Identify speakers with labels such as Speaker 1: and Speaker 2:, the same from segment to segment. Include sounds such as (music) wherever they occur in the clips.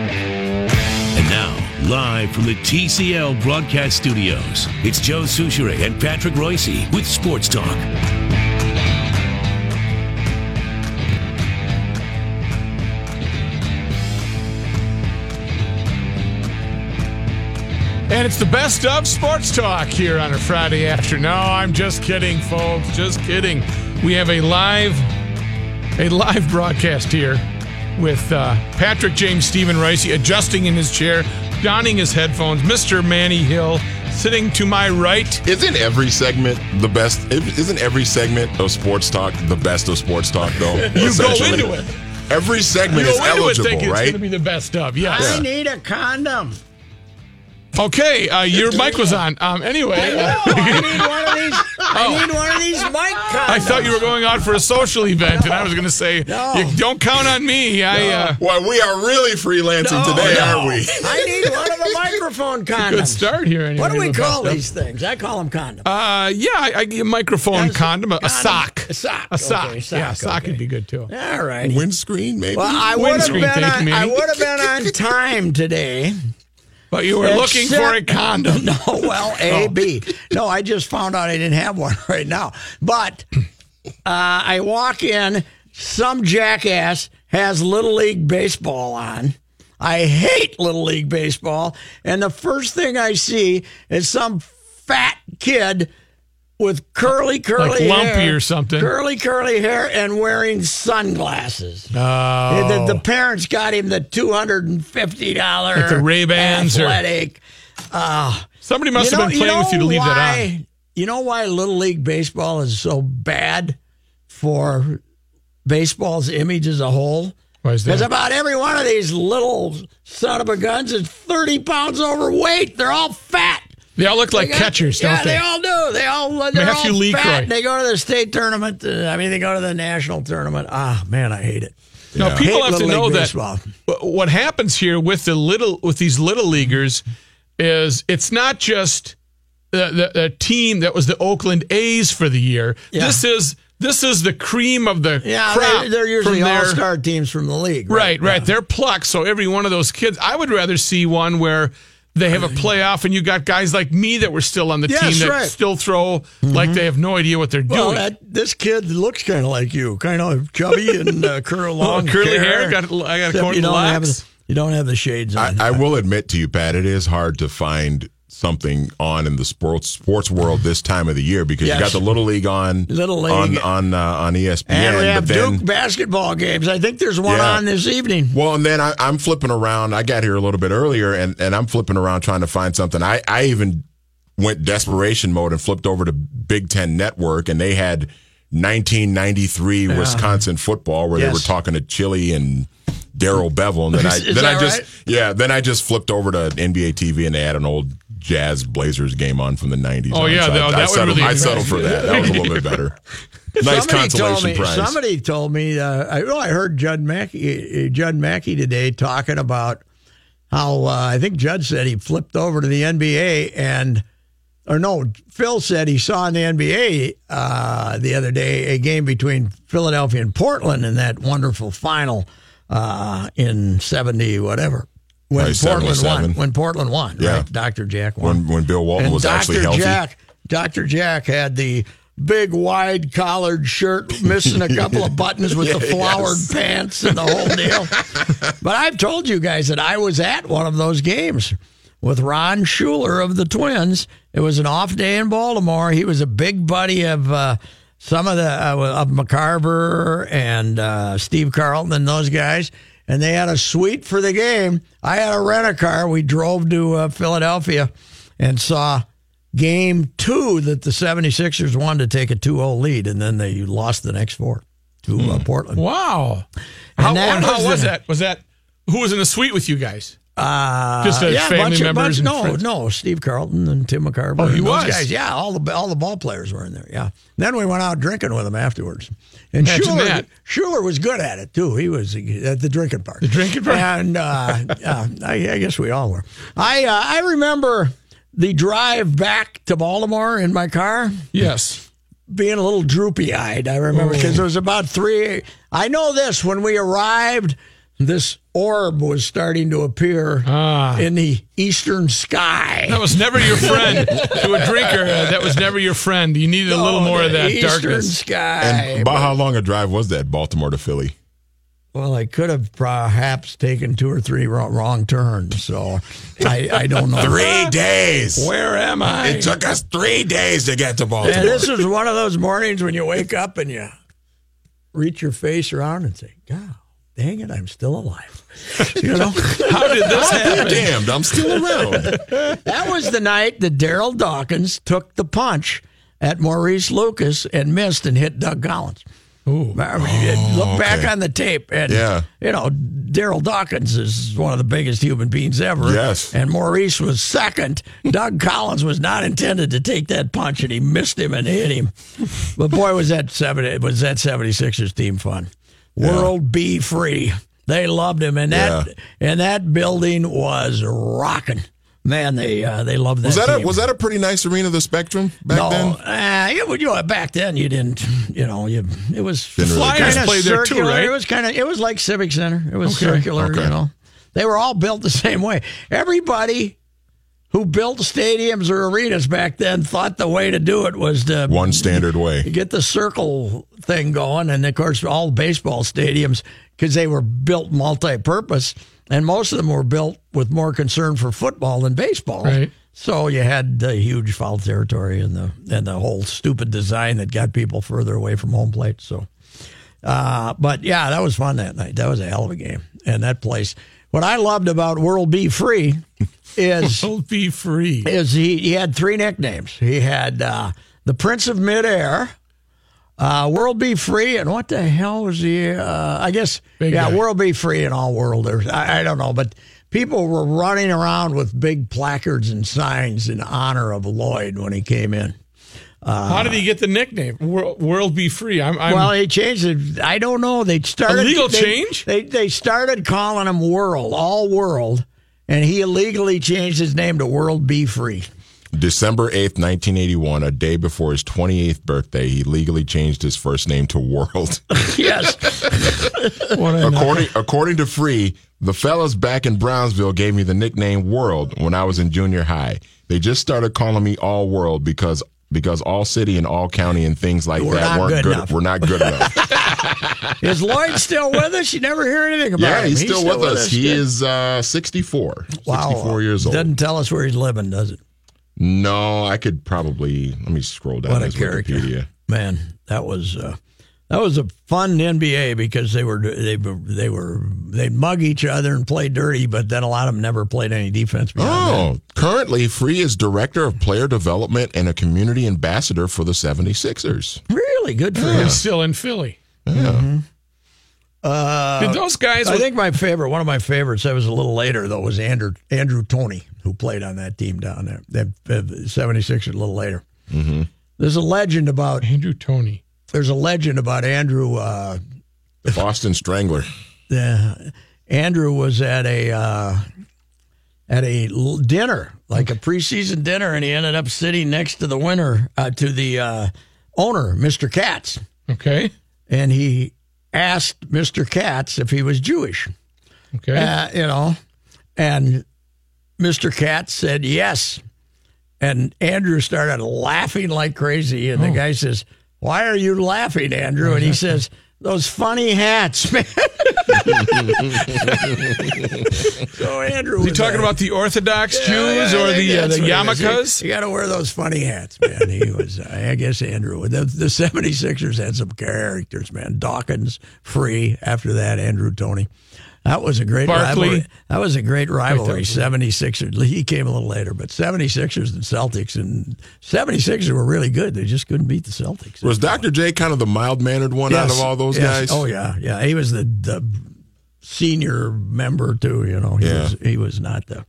Speaker 1: And now, live from the TCL broadcast studios, it's Joe Souchere and Patrick Royce with Sports Talk.
Speaker 2: And it's the best of sports talk here on a Friday afternoon. No, I'm just kidding, folks. Just kidding. We have a live, a live broadcast here with uh, Patrick James Stephen Rice adjusting in his chair, donning his headphones. Mr. Manny Hill sitting to my right.
Speaker 3: Isn't every segment the best? Isn't every segment of sports talk the best of sports talk though?
Speaker 2: (laughs) You go
Speaker 3: essentially?
Speaker 2: into it.
Speaker 3: Every
Speaker 2: You
Speaker 3: segment
Speaker 2: go
Speaker 3: is
Speaker 2: into it
Speaker 3: eligible,
Speaker 2: thinking it's
Speaker 3: right?
Speaker 2: going to be the best of. Yes.
Speaker 4: I need a (laughs) condom.
Speaker 2: Okay. Uh, your mic was on. Um. Anyway.
Speaker 4: I need one of these. I need one of these mic condoms.
Speaker 2: I thought you were going out for a social event, and I was going to say,
Speaker 4: No.
Speaker 2: "You don't count on me. I, uh,
Speaker 3: well, we are really freelancing
Speaker 4: No,
Speaker 3: today,
Speaker 4: no.
Speaker 3: aren't we?
Speaker 4: (laughs) I need one (laughs) of the microphone condoms.
Speaker 2: good start here. Anyway,
Speaker 4: What do we
Speaker 2: with
Speaker 4: call
Speaker 2: that
Speaker 4: these things? I call them condoms.
Speaker 2: stuff. Uh, yeah, I, I a microphone
Speaker 4: Yes,
Speaker 2: condom, a, a
Speaker 4: condom.
Speaker 2: sock,
Speaker 4: A sock.
Speaker 2: a sock.
Speaker 4: Okay,
Speaker 2: yeah, a
Speaker 4: sock,
Speaker 2: sock
Speaker 4: okay.
Speaker 2: would be good too.
Speaker 4: All
Speaker 3: (laughs)
Speaker 4: right.
Speaker 3: Windscreen, maybe.
Speaker 4: Well, I would have
Speaker 2: windscreen,
Speaker 4: been
Speaker 2: thank you,
Speaker 4: on, I
Speaker 2: Manny.
Speaker 4: would have
Speaker 2: (laughs)
Speaker 4: been on time today.
Speaker 2: But you were looking for a
Speaker 4: Except-
Speaker 2: condom.
Speaker 4: (laughs) No, well, A,
Speaker 2: Oh.
Speaker 4: B. No, I just found out I didn't have one (laughs) right now. But uh, I walk in, some jackass has Little League Baseball on. I hate Little League Baseball. And the first thing I see is some fat kid with curly, curly
Speaker 2: lumpy
Speaker 4: hair,
Speaker 2: or something.
Speaker 4: Curly, curly hair and wearing sunglasses.
Speaker 2: Oh,
Speaker 4: The, the parents got him the two hundred and fifty dollar
Speaker 2: Like the Ray-Bans or-
Speaker 4: athletic.
Speaker 2: somebody must have been playing with you to leave that on.
Speaker 4: You know why Little League Baseball is so bad for baseball's image as a whole?
Speaker 2: Why is
Speaker 4: Because
Speaker 2: that?
Speaker 4: about every one of these little son of a guns is 30 pounds overweight. They're all fat.
Speaker 2: They all look like
Speaker 4: They got-
Speaker 2: catchers,
Speaker 4: yeah,
Speaker 2: don't they?
Speaker 4: they all do. They all they're
Speaker 2: Matthew
Speaker 4: all
Speaker 2: Lee Croy.
Speaker 4: fat. They go to the state tournament. uh, I mean, they go to the national tournament. Ah, man, I hate it.
Speaker 2: Now people
Speaker 4: Hate
Speaker 2: have to
Speaker 4: Little
Speaker 2: know
Speaker 4: League
Speaker 2: that
Speaker 4: baseball.
Speaker 2: wh- what happens here with the little with these little leaguers is it's not just the, the, the team that was the Oakland A's for the year.
Speaker 4: Yeah.
Speaker 2: This is this is the cream of the
Speaker 4: Yeah,
Speaker 2: crop.
Speaker 4: they're, they're
Speaker 2: from
Speaker 4: usually
Speaker 2: their-
Speaker 4: all star teams from the league.
Speaker 2: Right, right. They're plucked. So every one of those kids, I would rather see one where they have a playoff and you got guys like me that were still on the
Speaker 4: Yes,
Speaker 2: team that
Speaker 4: right. Mm-hmm.
Speaker 2: still throw like they have no idea what they're
Speaker 4: Well,
Speaker 2: doing.
Speaker 4: that, this kid looks kind of like you, kind of chubby
Speaker 2: (laughs)
Speaker 4: and uh, curl long,
Speaker 2: curly hair, got- I got a
Speaker 4: Except
Speaker 2: corn
Speaker 4: you don't have
Speaker 2: locks.
Speaker 4: the- You don't have the shades
Speaker 3: I,
Speaker 4: on.
Speaker 3: I will admit to you, Pat, it is hard to find something on in the sports sports world this time of the year because
Speaker 4: Yes.
Speaker 3: you got the little league on
Speaker 4: Little League.
Speaker 3: on on uh, on ESPN,
Speaker 4: and we have
Speaker 3: but then
Speaker 4: Duke basketball games. I think there's one
Speaker 3: Yeah.
Speaker 4: on this evening.
Speaker 3: Well, and then I, I'm flipping around. I got here a little bit earlier, and, and I'm flipping around trying to find something. I, I even went desperation mode and flipped over to Big Ten Network, and they had 1993 Wisconsin football where they
Speaker 4: Yes.
Speaker 3: were talking to Chili and Daryl Bevel, and then I
Speaker 4: Is- is
Speaker 3: then I
Speaker 4: that
Speaker 3: just
Speaker 4: right?
Speaker 3: yeah, then I just flipped over to NBA TV, and they had an old Jazz Blazers game on from the 90s.
Speaker 2: Oh,
Speaker 3: on,
Speaker 2: yeah,
Speaker 3: so
Speaker 2: that-
Speaker 3: I,
Speaker 2: that
Speaker 3: I
Speaker 2: would
Speaker 3: settled,
Speaker 2: really
Speaker 3: I settled
Speaker 2: impress
Speaker 3: for that. That was a little bit better. nice
Speaker 4: told
Speaker 3: consolation
Speaker 4: me.
Speaker 3: prize.
Speaker 4: Somebody told me. Uh, I, well, I heard Judd Mackey, uh, Judd Mackey today talking about how uh, I think Judd said he flipped over to the NBA and, or no, Phil said he saw in the NBA uh, the other day a game between Philadelphia and Portland in that wonderful final uh, in seventy whatever when
Speaker 3: Probably
Speaker 4: Portland won.
Speaker 3: 77.
Speaker 4: When Portland won,
Speaker 3: Yeah.
Speaker 4: right? Dr. Jack won
Speaker 3: when when Bill Walton
Speaker 4: and
Speaker 3: was
Speaker 4: Dr.
Speaker 3: actually healthy.
Speaker 4: Jack, Dr. Jack had the big wide collared shirt, missing a couple of buttons with the flowered pants and the whole deal. but I've told you guys that I was at one of those games with Ron Schuler of the Twins. It was an off day in Baltimore. He was a big buddy of uh, some of the uh, of McCarver and uh, Steve Carlton and those guys. And they had a suite for the game. I had a rent a car. We drove to uh, Philadelphia and saw game two that the 76ers won to take a 2 0 lead, and then they lost the next four to
Speaker 2: Hmm.
Speaker 4: uh, Portland.
Speaker 2: Wow. How,
Speaker 4: that
Speaker 2: how
Speaker 4: was
Speaker 2: was
Speaker 4: the-
Speaker 2: that? Was that who was in the suite with you guys?
Speaker 4: Uh,
Speaker 2: Just as
Speaker 4: yeah,
Speaker 2: family
Speaker 4: bunch of-
Speaker 2: members
Speaker 4: bunch-
Speaker 2: and
Speaker 4: no,
Speaker 2: friends.
Speaker 4: no, Steve Carlton and Tim McCarver.
Speaker 2: Oh, he
Speaker 4: and those
Speaker 2: was?
Speaker 4: Guys. Yeah, all the all the ball players were in there. Yeah. Then we went out drinking with them afterwards. And
Speaker 2: Imagine
Speaker 4: Schuler,
Speaker 2: that.
Speaker 4: Schuler was good at it too. He was at the drinking part. The
Speaker 2: drinking part? (laughs)
Speaker 4: And uh, yeah, I, I guess we all were. I uh, I remember the drive back to Baltimore in my car.
Speaker 2: Yes.
Speaker 4: being a little droopy eyed. I remember
Speaker 2: Oh.
Speaker 4: because it was about three. I know this when we arrived, this orb was starting to appear in the eastern sky.
Speaker 2: Ah. That was never your friend to a drinker. uh, that was never your friend. You needed a little
Speaker 4: Oh,
Speaker 2: more of
Speaker 4: the
Speaker 2: that
Speaker 4: eastern
Speaker 2: darkness.
Speaker 4: sky.
Speaker 3: And about how long a drive was that, Baltimore to Philly?
Speaker 4: Well, I could have perhaps taken two or three wrong, wrong turns, so I, I don't know.
Speaker 3: Three days.
Speaker 4: Where am I?
Speaker 3: It took us three days to get to Baltimore. (laughs)
Speaker 4: And this is one of those mornings when you wake up and you reach your face around and say, "God, dang it, I'm still alive." (laughs) You know.
Speaker 2: How did this
Speaker 3: I'm
Speaker 2: happen?
Speaker 3: damned, I'm still around.
Speaker 4: That was the night that Daryl Dawkins took the punch at Maurice Lucas and missed and hit Doug Collins. Ooh. look back on the tape, and
Speaker 3: Oh, Yeah.
Speaker 4: you know Daryl Dawkins is one of the biggest human beings ever.
Speaker 3: Yes.
Speaker 4: and Maurice was second. Doug Collins was not intended to take that punch, and he missed him and hit him. But boy, was that seventy was that 76ers team fun. World be free. They loved him, and that
Speaker 3: Yeah.
Speaker 4: and that building was rocking. Man, they uh, they loved
Speaker 3: (laughs)
Speaker 4: that.
Speaker 3: Was that a
Speaker 4: team.
Speaker 3: was that a pretty nice arena, the Spectrum back
Speaker 4: no,
Speaker 3: then?
Speaker 4: Uh, it, was- you know, back then you didn't. You know, you it was
Speaker 3: Didn't really
Speaker 2: Flyers
Speaker 3: count.
Speaker 4: kinda
Speaker 2: played there too,
Speaker 4: circular.
Speaker 2: right?
Speaker 4: It was kind of it was like Civic Center. It was circular.
Speaker 3: okay.
Speaker 4: You know, they were all built the same way. Everybody who built stadiums or arenas back then thought the way to do it was to
Speaker 3: One standard
Speaker 4: you
Speaker 3: way.
Speaker 4: get the circle thing going, and of course, all baseball stadiums because they were built multi-purpose, and most of them were built with more concern for football than baseball.
Speaker 2: Right.
Speaker 4: So you had the huge foul territory and the and the whole stupid design that got people further away from home plate. So, uh, but yeah, that was fun that night. That was a hell of a game, and that place. What I loved about World Be Free
Speaker 2: (laughs)
Speaker 4: is
Speaker 2: Don't be free.
Speaker 4: is he, he had three nicknames. He had uh, the Prince of Midair, uh, World Be Free, and what the hell was the? Uh, I guess
Speaker 2: Big
Speaker 4: yeah,
Speaker 2: guy.
Speaker 4: World Be Free and all worlders. I, I don't know, but people were running around with big placards and signs in honor of Lloyd when he came in.
Speaker 2: How did he get the nickname? World, world be free. I'm, I'm
Speaker 4: Well, they changed it. I don't know. They started
Speaker 2: A legal
Speaker 4: they-
Speaker 2: change?
Speaker 4: They they started calling him World, all World, and he illegally changed his name to World Be Free. (laughs)
Speaker 3: December eighth, nineteen eighty one, a day before his twenty eighth birthday, he legally changed his first name to World.
Speaker 4: Yes.
Speaker 3: according according to Free, the fellas back in Brownsville gave me the nickname World when I was in junior high. They just started calling me All World because because all city and all county and things like
Speaker 4: We're
Speaker 3: that
Speaker 4: not
Speaker 3: weren't
Speaker 4: good
Speaker 3: good.
Speaker 4: enough.
Speaker 3: We're not
Speaker 4: (laughs)
Speaker 3: good enough.
Speaker 4: Is Lloyd still with us? You never hear anything about
Speaker 3: yeah,
Speaker 4: him.
Speaker 3: he's, still, with us. He is uh, 64.
Speaker 4: Wow.
Speaker 3: 64 years old.
Speaker 4: Doesn't tell us where he's living, does it?
Speaker 3: No, I could probably let me scroll down
Speaker 4: What a
Speaker 3: his
Speaker 4: character.
Speaker 3: Wikipedia.
Speaker 4: Man, that was uh, that was a fun NBA because they were they were- they were they mug each other and play dirty, but then a lot of them never played any defense. beyond
Speaker 3: Oh,
Speaker 4: that.
Speaker 3: currently Free is director of player development and a community ambassador for the 76ers.
Speaker 4: really good for him.
Speaker 2: He's still in Philly. Yeah. Did those guys?
Speaker 4: Uh, I think my favorite, one of my favorites, that was a little later though, was Andrew Andrew Tony, who played on that team down there, that uh, 76 a little later. Mm-hmm. There's a legend about
Speaker 2: Andrew Tony.
Speaker 4: there's a legend about Andrew. Uh,
Speaker 3: The Boston Strangler.
Speaker 4: uh, Andrew was at a uh, at a l- dinner, like a preseason dinner, and he ended up sitting next to the winner uh, to the uh, owner, Mr. Katz,
Speaker 2: Okay.
Speaker 4: and he asked Mr. Katz if he was Jewish.
Speaker 2: Okay.
Speaker 4: Uh, you know, and Mr. Katz said yes. And Andrew started laughing like crazy.
Speaker 5: Oh.
Speaker 4: And the guy says, Why are you laughing, Andrew? And he says, Those funny hats,
Speaker 5: (laughs)
Speaker 4: man. (laughs) so Andrew,
Speaker 5: You talking about the Orthodox Jews or the uh, the yarmulkes?
Speaker 4: You got to wear those funny hats, man. He was, uh, I guess, Andrew. The, the 76ers had some characters, man. Dawkins, free. After that, Andrew Tony. That was a great
Speaker 5: Barkley.
Speaker 4: rivalry. That was a great rivalry. 76ers. He came a little later, but 76ers and Celtics. And 76ers were really good. They just couldn't beat the Celtics.
Speaker 6: Was Dr. J kind of the mild mannered one out of
Speaker 4: Yes,
Speaker 6: all those
Speaker 4: yes.
Speaker 6: guys?
Speaker 4: Oh yeah, yeah. He was the, the senior member too. You know, he
Speaker 6: Yeah.
Speaker 4: was he was not the.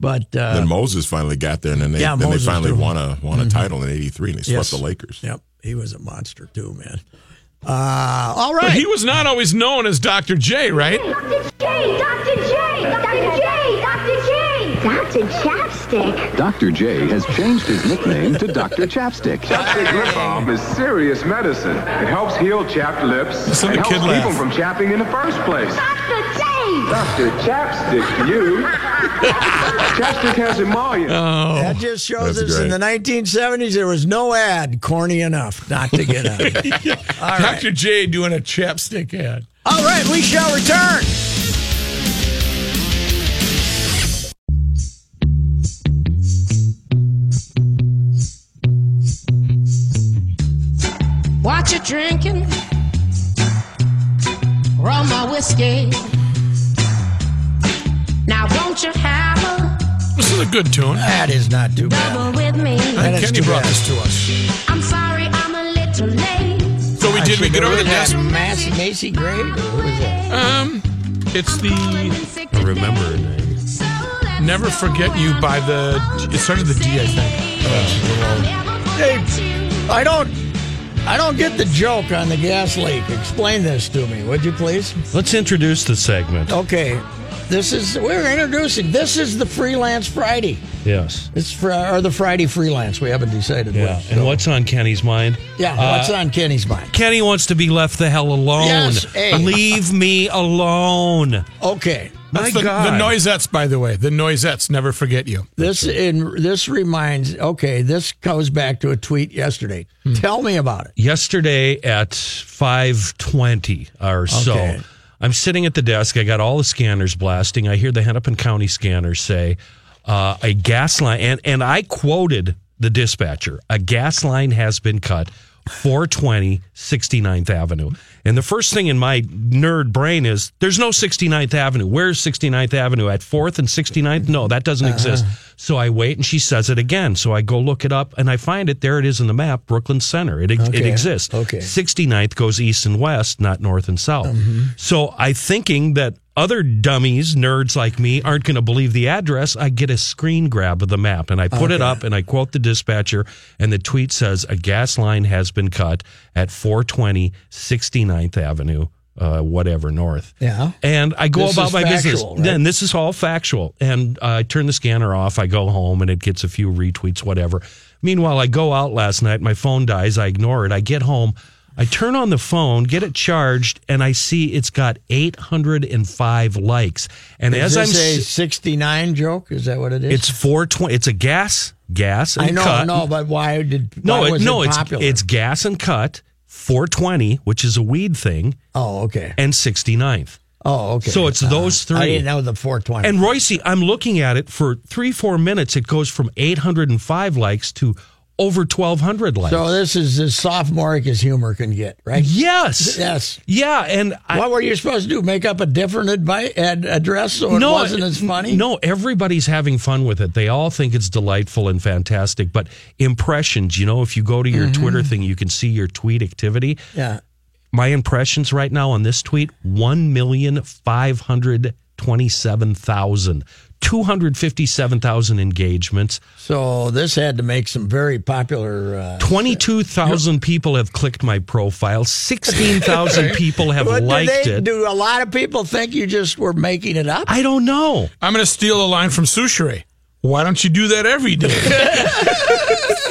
Speaker 4: But uh,
Speaker 6: Then Moses finally got there, and then they,
Speaker 4: Yeah,
Speaker 6: then they
Speaker 4: Moses
Speaker 6: finally
Speaker 4: too.
Speaker 6: won a won a title in '83, and they swept
Speaker 4: Yes.
Speaker 6: the Lakers.
Speaker 4: yep, he was a monster too, man. Uh, all right.
Speaker 5: But he was not always known as Dr. J, right?
Speaker 7: Dr. J, Dr. J, Dr. J, Dr. J. Dr. Chapstick.
Speaker 8: Dr. J has changed his nickname to Dr. Chapstick.
Speaker 9: Chapstick lip balm is serious medicine. It helps heal chapped lips.
Speaker 5: Listen to
Speaker 9: It helps
Speaker 5: Kid
Speaker 9: keep
Speaker 5: laugh.
Speaker 9: them from chapping in the first place.
Speaker 7: Dr. J.
Speaker 9: Dr. Chapstick to you. Chapstick has emollient.
Speaker 5: Uh, Oh,
Speaker 4: that just shows
Speaker 6: That's
Speaker 4: us in
Speaker 6: great.
Speaker 4: the 1970s there was no ad corny enough not to get on.
Speaker 5: (laughs)
Speaker 4: All right.
Speaker 5: Dr. J doing a chapstick ad.
Speaker 4: All right, we shall return.
Speaker 10: Watch you drinking rum or whiskey. Now won't you have a
Speaker 5: This is a good tune.
Speaker 4: That is not too bad.
Speaker 10: double with me?
Speaker 4: That is
Speaker 5: Kenny
Speaker 4: too
Speaker 5: brought
Speaker 4: bad.
Speaker 5: this to us.
Speaker 10: I'm sorry I'm a little late.
Speaker 5: So we
Speaker 4: I
Speaker 5: did. We
Speaker 4: should
Speaker 5: get
Speaker 4: have
Speaker 5: over the
Speaker 4: really had
Speaker 5: desk.
Speaker 4: Massey, Macy Gray. What was that?
Speaker 5: Um, it's the
Speaker 10: Remember.
Speaker 5: Never Forget You by the. It started the D, I think.
Speaker 10: Hey.
Speaker 4: I don't. I don't get the joke on the gas leak. Explain this to me, would you please?
Speaker 2: Let's introduce the segment.
Speaker 4: Okay, this is we're introducing. This is the Freelance Friday.
Speaker 2: Yes.
Speaker 4: It's for or the Friday Freelance. We haven't decided.
Speaker 2: Yeah.
Speaker 4: What,
Speaker 2: And what's uh, on Kenny's mind?
Speaker 4: Yeah, what's on Kenny's mind?
Speaker 2: Kenny wants to be left the hell alone.
Speaker 4: Yes, hey.
Speaker 2: Leave me alone.
Speaker 4: Okay,
Speaker 2: My
Speaker 5: That's the,
Speaker 2: God.
Speaker 5: the Noisettes, by the way. The Noisettes, Never Forget You.
Speaker 4: this in this reminds. Okay, this goes back to a tweet yesterday.
Speaker 2: Hmm.
Speaker 4: Tell me about it.
Speaker 2: yesterday at 5.20 or so
Speaker 4: Okay.
Speaker 2: i'm sitting at the desk i got all the scanners blasting i hear the hennepin county scanner say uh, a gas line and, and i quoted the dispatcher a gas line has been cut 420 69th avenue and the first thing in my nerd brain is there's no 69th avenue where's 69th avenue at 4th and 69th no that doesn't
Speaker 4: Uh-huh.
Speaker 2: exist so i wait and she says it again so i go look it up and i find it there it is in the map brooklyn center it, it
Speaker 4: Okay.
Speaker 2: exists.
Speaker 4: Okay.
Speaker 2: 69th goes east and west, not north and south. So I thinking that other dummies, nerds like me, aren't going to believe the address. I get a screen grab of the map and I put it up and I quote the dispatcher and the tweet says a gas line has been cut at 420 69th Avenue, uh, whatever north.
Speaker 4: Yeah.
Speaker 2: And I go
Speaker 4: This
Speaker 2: about
Speaker 4: is
Speaker 2: my business.
Speaker 4: factual, right?
Speaker 2: Then this is all factual. And uh, I turn the scanner off. I go home and it gets a few retweets, whatever. Meanwhile, I go out last night. My phone dies. I ignore it. I get home. I turn on the phone, get it charged, and I see it's got 805 likes. And
Speaker 4: Is
Speaker 2: as I'm,
Speaker 4: this a
Speaker 2: s-
Speaker 4: sixty-nine joke? Is that what it is?
Speaker 2: it's 420. It's a gas, gas, and
Speaker 4: I know,
Speaker 2: cut.
Speaker 4: no, but why did
Speaker 2: no,
Speaker 4: why
Speaker 2: it-
Speaker 4: was
Speaker 2: no,
Speaker 4: it
Speaker 2: it's
Speaker 4: popular?
Speaker 2: it's gas and cut. 420, which is a weed thing,
Speaker 4: oh okay,
Speaker 2: and 69th.
Speaker 4: oh okay.
Speaker 2: So it's those
Speaker 4: I
Speaker 2: three.
Speaker 4: didn't know the four twenty.
Speaker 2: And Royce, I'm looking at it for three, four minutes. It goes from 805 likes to over 1,200 likes.
Speaker 4: So this is as sophomoric as humor can get, right?
Speaker 2: yes.
Speaker 4: Yes.
Speaker 2: Yeah. And I,
Speaker 4: what were you supposed to do? Make up a different advi- ad- address so it wasn't as funny?
Speaker 2: No, everybody's having fun with it. They all think it's delightful and fantastic. But impressions, you know, if you go to
Speaker 4: Mm-hmm.
Speaker 2: your Twitter thing, you can see your tweet activity.
Speaker 4: Yeah.
Speaker 2: My impressions right now on this tweet 1,527,000. 257,000 engagements.
Speaker 4: So this had to make some very popular. Uh,
Speaker 2: 22,000 people have clicked my profile. 16,000
Speaker 4: (laughs)
Speaker 2: people have
Speaker 4: What do
Speaker 2: liked
Speaker 4: they-
Speaker 2: it.
Speaker 4: Do a lot of people think you just were making it up?
Speaker 2: I don't know.
Speaker 5: I'm going to steal a line from Souchere. Why don't you do that
Speaker 2: (laughs)
Speaker 5: every day?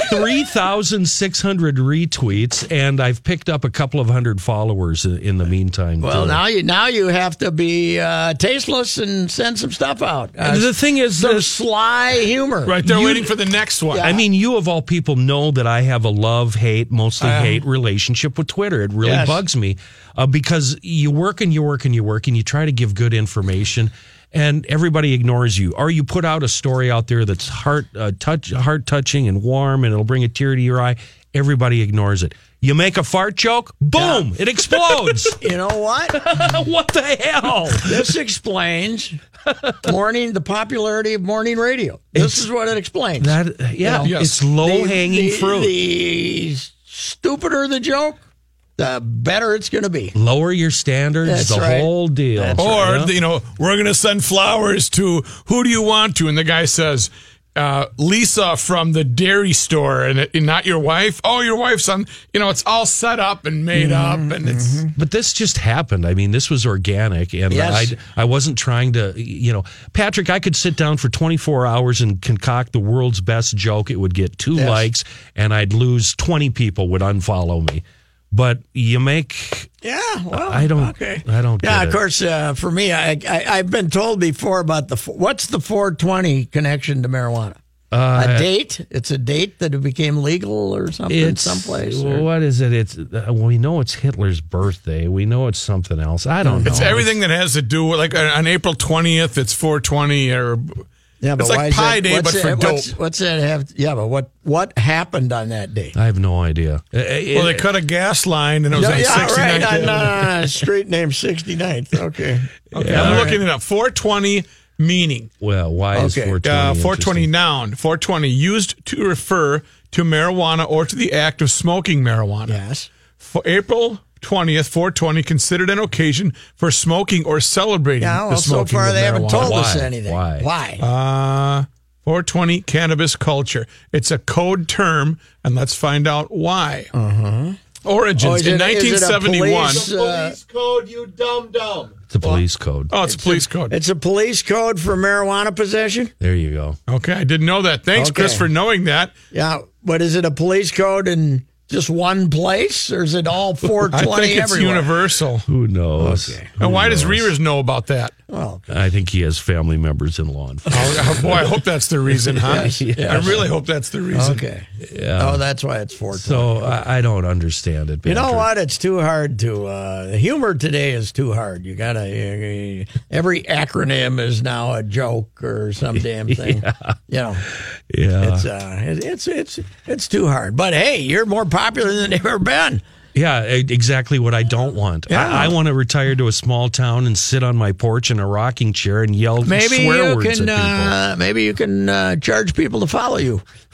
Speaker 2: 3,600 retweets, and I've picked up a couple of hundred followers in, in the meantime.
Speaker 4: Well,
Speaker 2: too.
Speaker 4: now you now you have to be uh, tasteless and send some stuff out. Uh,
Speaker 2: the thing is,
Speaker 4: some
Speaker 2: this-
Speaker 4: sly humor.
Speaker 5: right. They're waiting for the next one.
Speaker 2: I mean, you of all people know that I have a love hate, mostly hate relationship with Twitter. It really
Speaker 4: Uh-huh. Yes.
Speaker 2: bugs me uh, because you work and you work and you work and you try to give good information, and everybody ignores you. Or you put out a story out there that's heart uh, touch, heart touching and warm, and it'll bring a tear to your eye. Everybody ignores it. You make a fart joke, boom, it
Speaker 4: (laughs)
Speaker 2: explodes.
Speaker 4: You know what? (laughs)
Speaker 2: what the hell?
Speaker 4: this explains morning the popularity of morning radio. This is what it explains.
Speaker 2: That yeah,
Speaker 4: You know,
Speaker 2: it's
Speaker 4: the-
Speaker 2: low hanging
Speaker 4: the-
Speaker 2: fruit.
Speaker 4: The stupider the joke, the better it's going to be.
Speaker 2: Lower your standards,
Speaker 4: That's
Speaker 2: the
Speaker 4: right.
Speaker 2: whole deal.
Speaker 5: Or,
Speaker 2: Yeah.
Speaker 5: you know, we're going to send flowers to who do you want to? And the guy says, uh, Lisa from the dairy store and, it, and not your wife. Oh, your wife's on, you know, it's all set up and made
Speaker 4: Mm-hmm.
Speaker 5: up and it's.
Speaker 2: But this just happened. I mean, this was organic, and
Speaker 4: Yes.
Speaker 2: I I wasn't trying to, you know, Patrick. I could sit down for 24 hours and concoct the world's best joke. It would get two
Speaker 4: Yes.
Speaker 2: likes, and I'd lose 20 people would unfollow me. But you make
Speaker 4: Yeah, well,
Speaker 2: I don't- I don't
Speaker 4: Yeah,
Speaker 2: get
Speaker 4: of
Speaker 2: it.
Speaker 4: course. Uh, for me, I, I I've been told before about the f- what's the 420 connection to marijuana?
Speaker 2: Uh,
Speaker 4: a date? It's a date that it became legal or something
Speaker 2: it's
Speaker 4: someplace. or-
Speaker 2: What is it? It's uh, we know it's Hitler's birthday. We know it's something else. I don't know.
Speaker 5: It's everything that has to do with like on- on April twentith. It's four twenty or
Speaker 4: yeah,
Speaker 5: it's like
Speaker 4: why is
Speaker 5: Pi Day,
Speaker 4: what's
Speaker 5: but for
Speaker 4: what's,
Speaker 5: dope.
Speaker 4: What's that have? Yeah, but what what happened on that day?
Speaker 2: I have no idea. Uh,
Speaker 5: well, they
Speaker 2: it-
Speaker 5: cut a gas line and it was
Speaker 4: Yeah,
Speaker 5: on
Speaker 4: yeah,
Speaker 5: 69th.
Speaker 4: right. On,
Speaker 5: Avenue.
Speaker 4: uh, street name 69th.
Speaker 2: (laughs)
Speaker 4: Okay.
Speaker 5: Okay, I'm looking it up. Four twenty meaning.
Speaker 2: well, why is
Speaker 4: Okay.
Speaker 2: 420?
Speaker 5: Uh, 420
Speaker 2: interesting?
Speaker 5: noun. 420 used to refer to marijuana or to the act of smoking marijuana.
Speaker 4: Yes.
Speaker 5: For April 20th, 420 considered an occasion for smoking or celebrating
Speaker 4: Yeah,
Speaker 5: the
Speaker 4: well, so
Speaker 5: smoking
Speaker 4: far
Speaker 5: of
Speaker 4: they haven't
Speaker 5: marijuana.
Speaker 4: told us
Speaker 2: Why?
Speaker 4: anything.
Speaker 2: Why?
Speaker 4: Why?
Speaker 5: Uh, 420 cannabis culture. It's a code term, and let's find out why. Origins
Speaker 4: Oh, is it- is it
Speaker 5: in
Speaker 4: a
Speaker 5: 1971.
Speaker 4: police, uh,
Speaker 9: code, you dumb dumb.
Speaker 2: It's a police code.
Speaker 5: oh, it's a police code.
Speaker 4: it's a police code for marijuana possession?
Speaker 2: There you go.
Speaker 5: Okay, I didn't know that. Thanks,
Speaker 4: Okay.
Speaker 5: Chris, for knowing that.
Speaker 4: Yeah, but is it a police code in just one place, or is it (laughs) all
Speaker 5: I
Speaker 4: 420
Speaker 5: think it's
Speaker 4: everywhere?
Speaker 5: universal.
Speaker 2: Who knows? Who
Speaker 5: And why does
Speaker 2: knows?
Speaker 5: Reavers know about that?
Speaker 2: I think he has family members in law enforcement.
Speaker 5: Oh, boy, I hope that's the
Speaker 4: (laughs)
Speaker 5: reason, huh?
Speaker 4: Yes, yes.
Speaker 5: I really hope that's the reason.
Speaker 4: Okay. Oh, that's why it's 420.
Speaker 2: (laughs) So I, I don't understand it.
Speaker 4: you know
Speaker 2: Patrick.
Speaker 4: what? It's too hard to. Uh, humor today is too hard. You gotta. you- every acronym is now a joke or some
Speaker 2: (laughs)
Speaker 4: damn thing. You know,
Speaker 2: Yeah,
Speaker 4: it's uh, it, it's it's it's too hard. But hey, you're more popular than you've ever been.
Speaker 2: yeah, e- exactly what I don't want. I, I want to retire to a small town and sit on my porch in a rocking chair and yell
Speaker 4: Maybe
Speaker 2: swear
Speaker 4: you
Speaker 2: words at
Speaker 4: can.
Speaker 2: people.
Speaker 4: Uh, maybe you can uh, charge people to follow you. (laughs)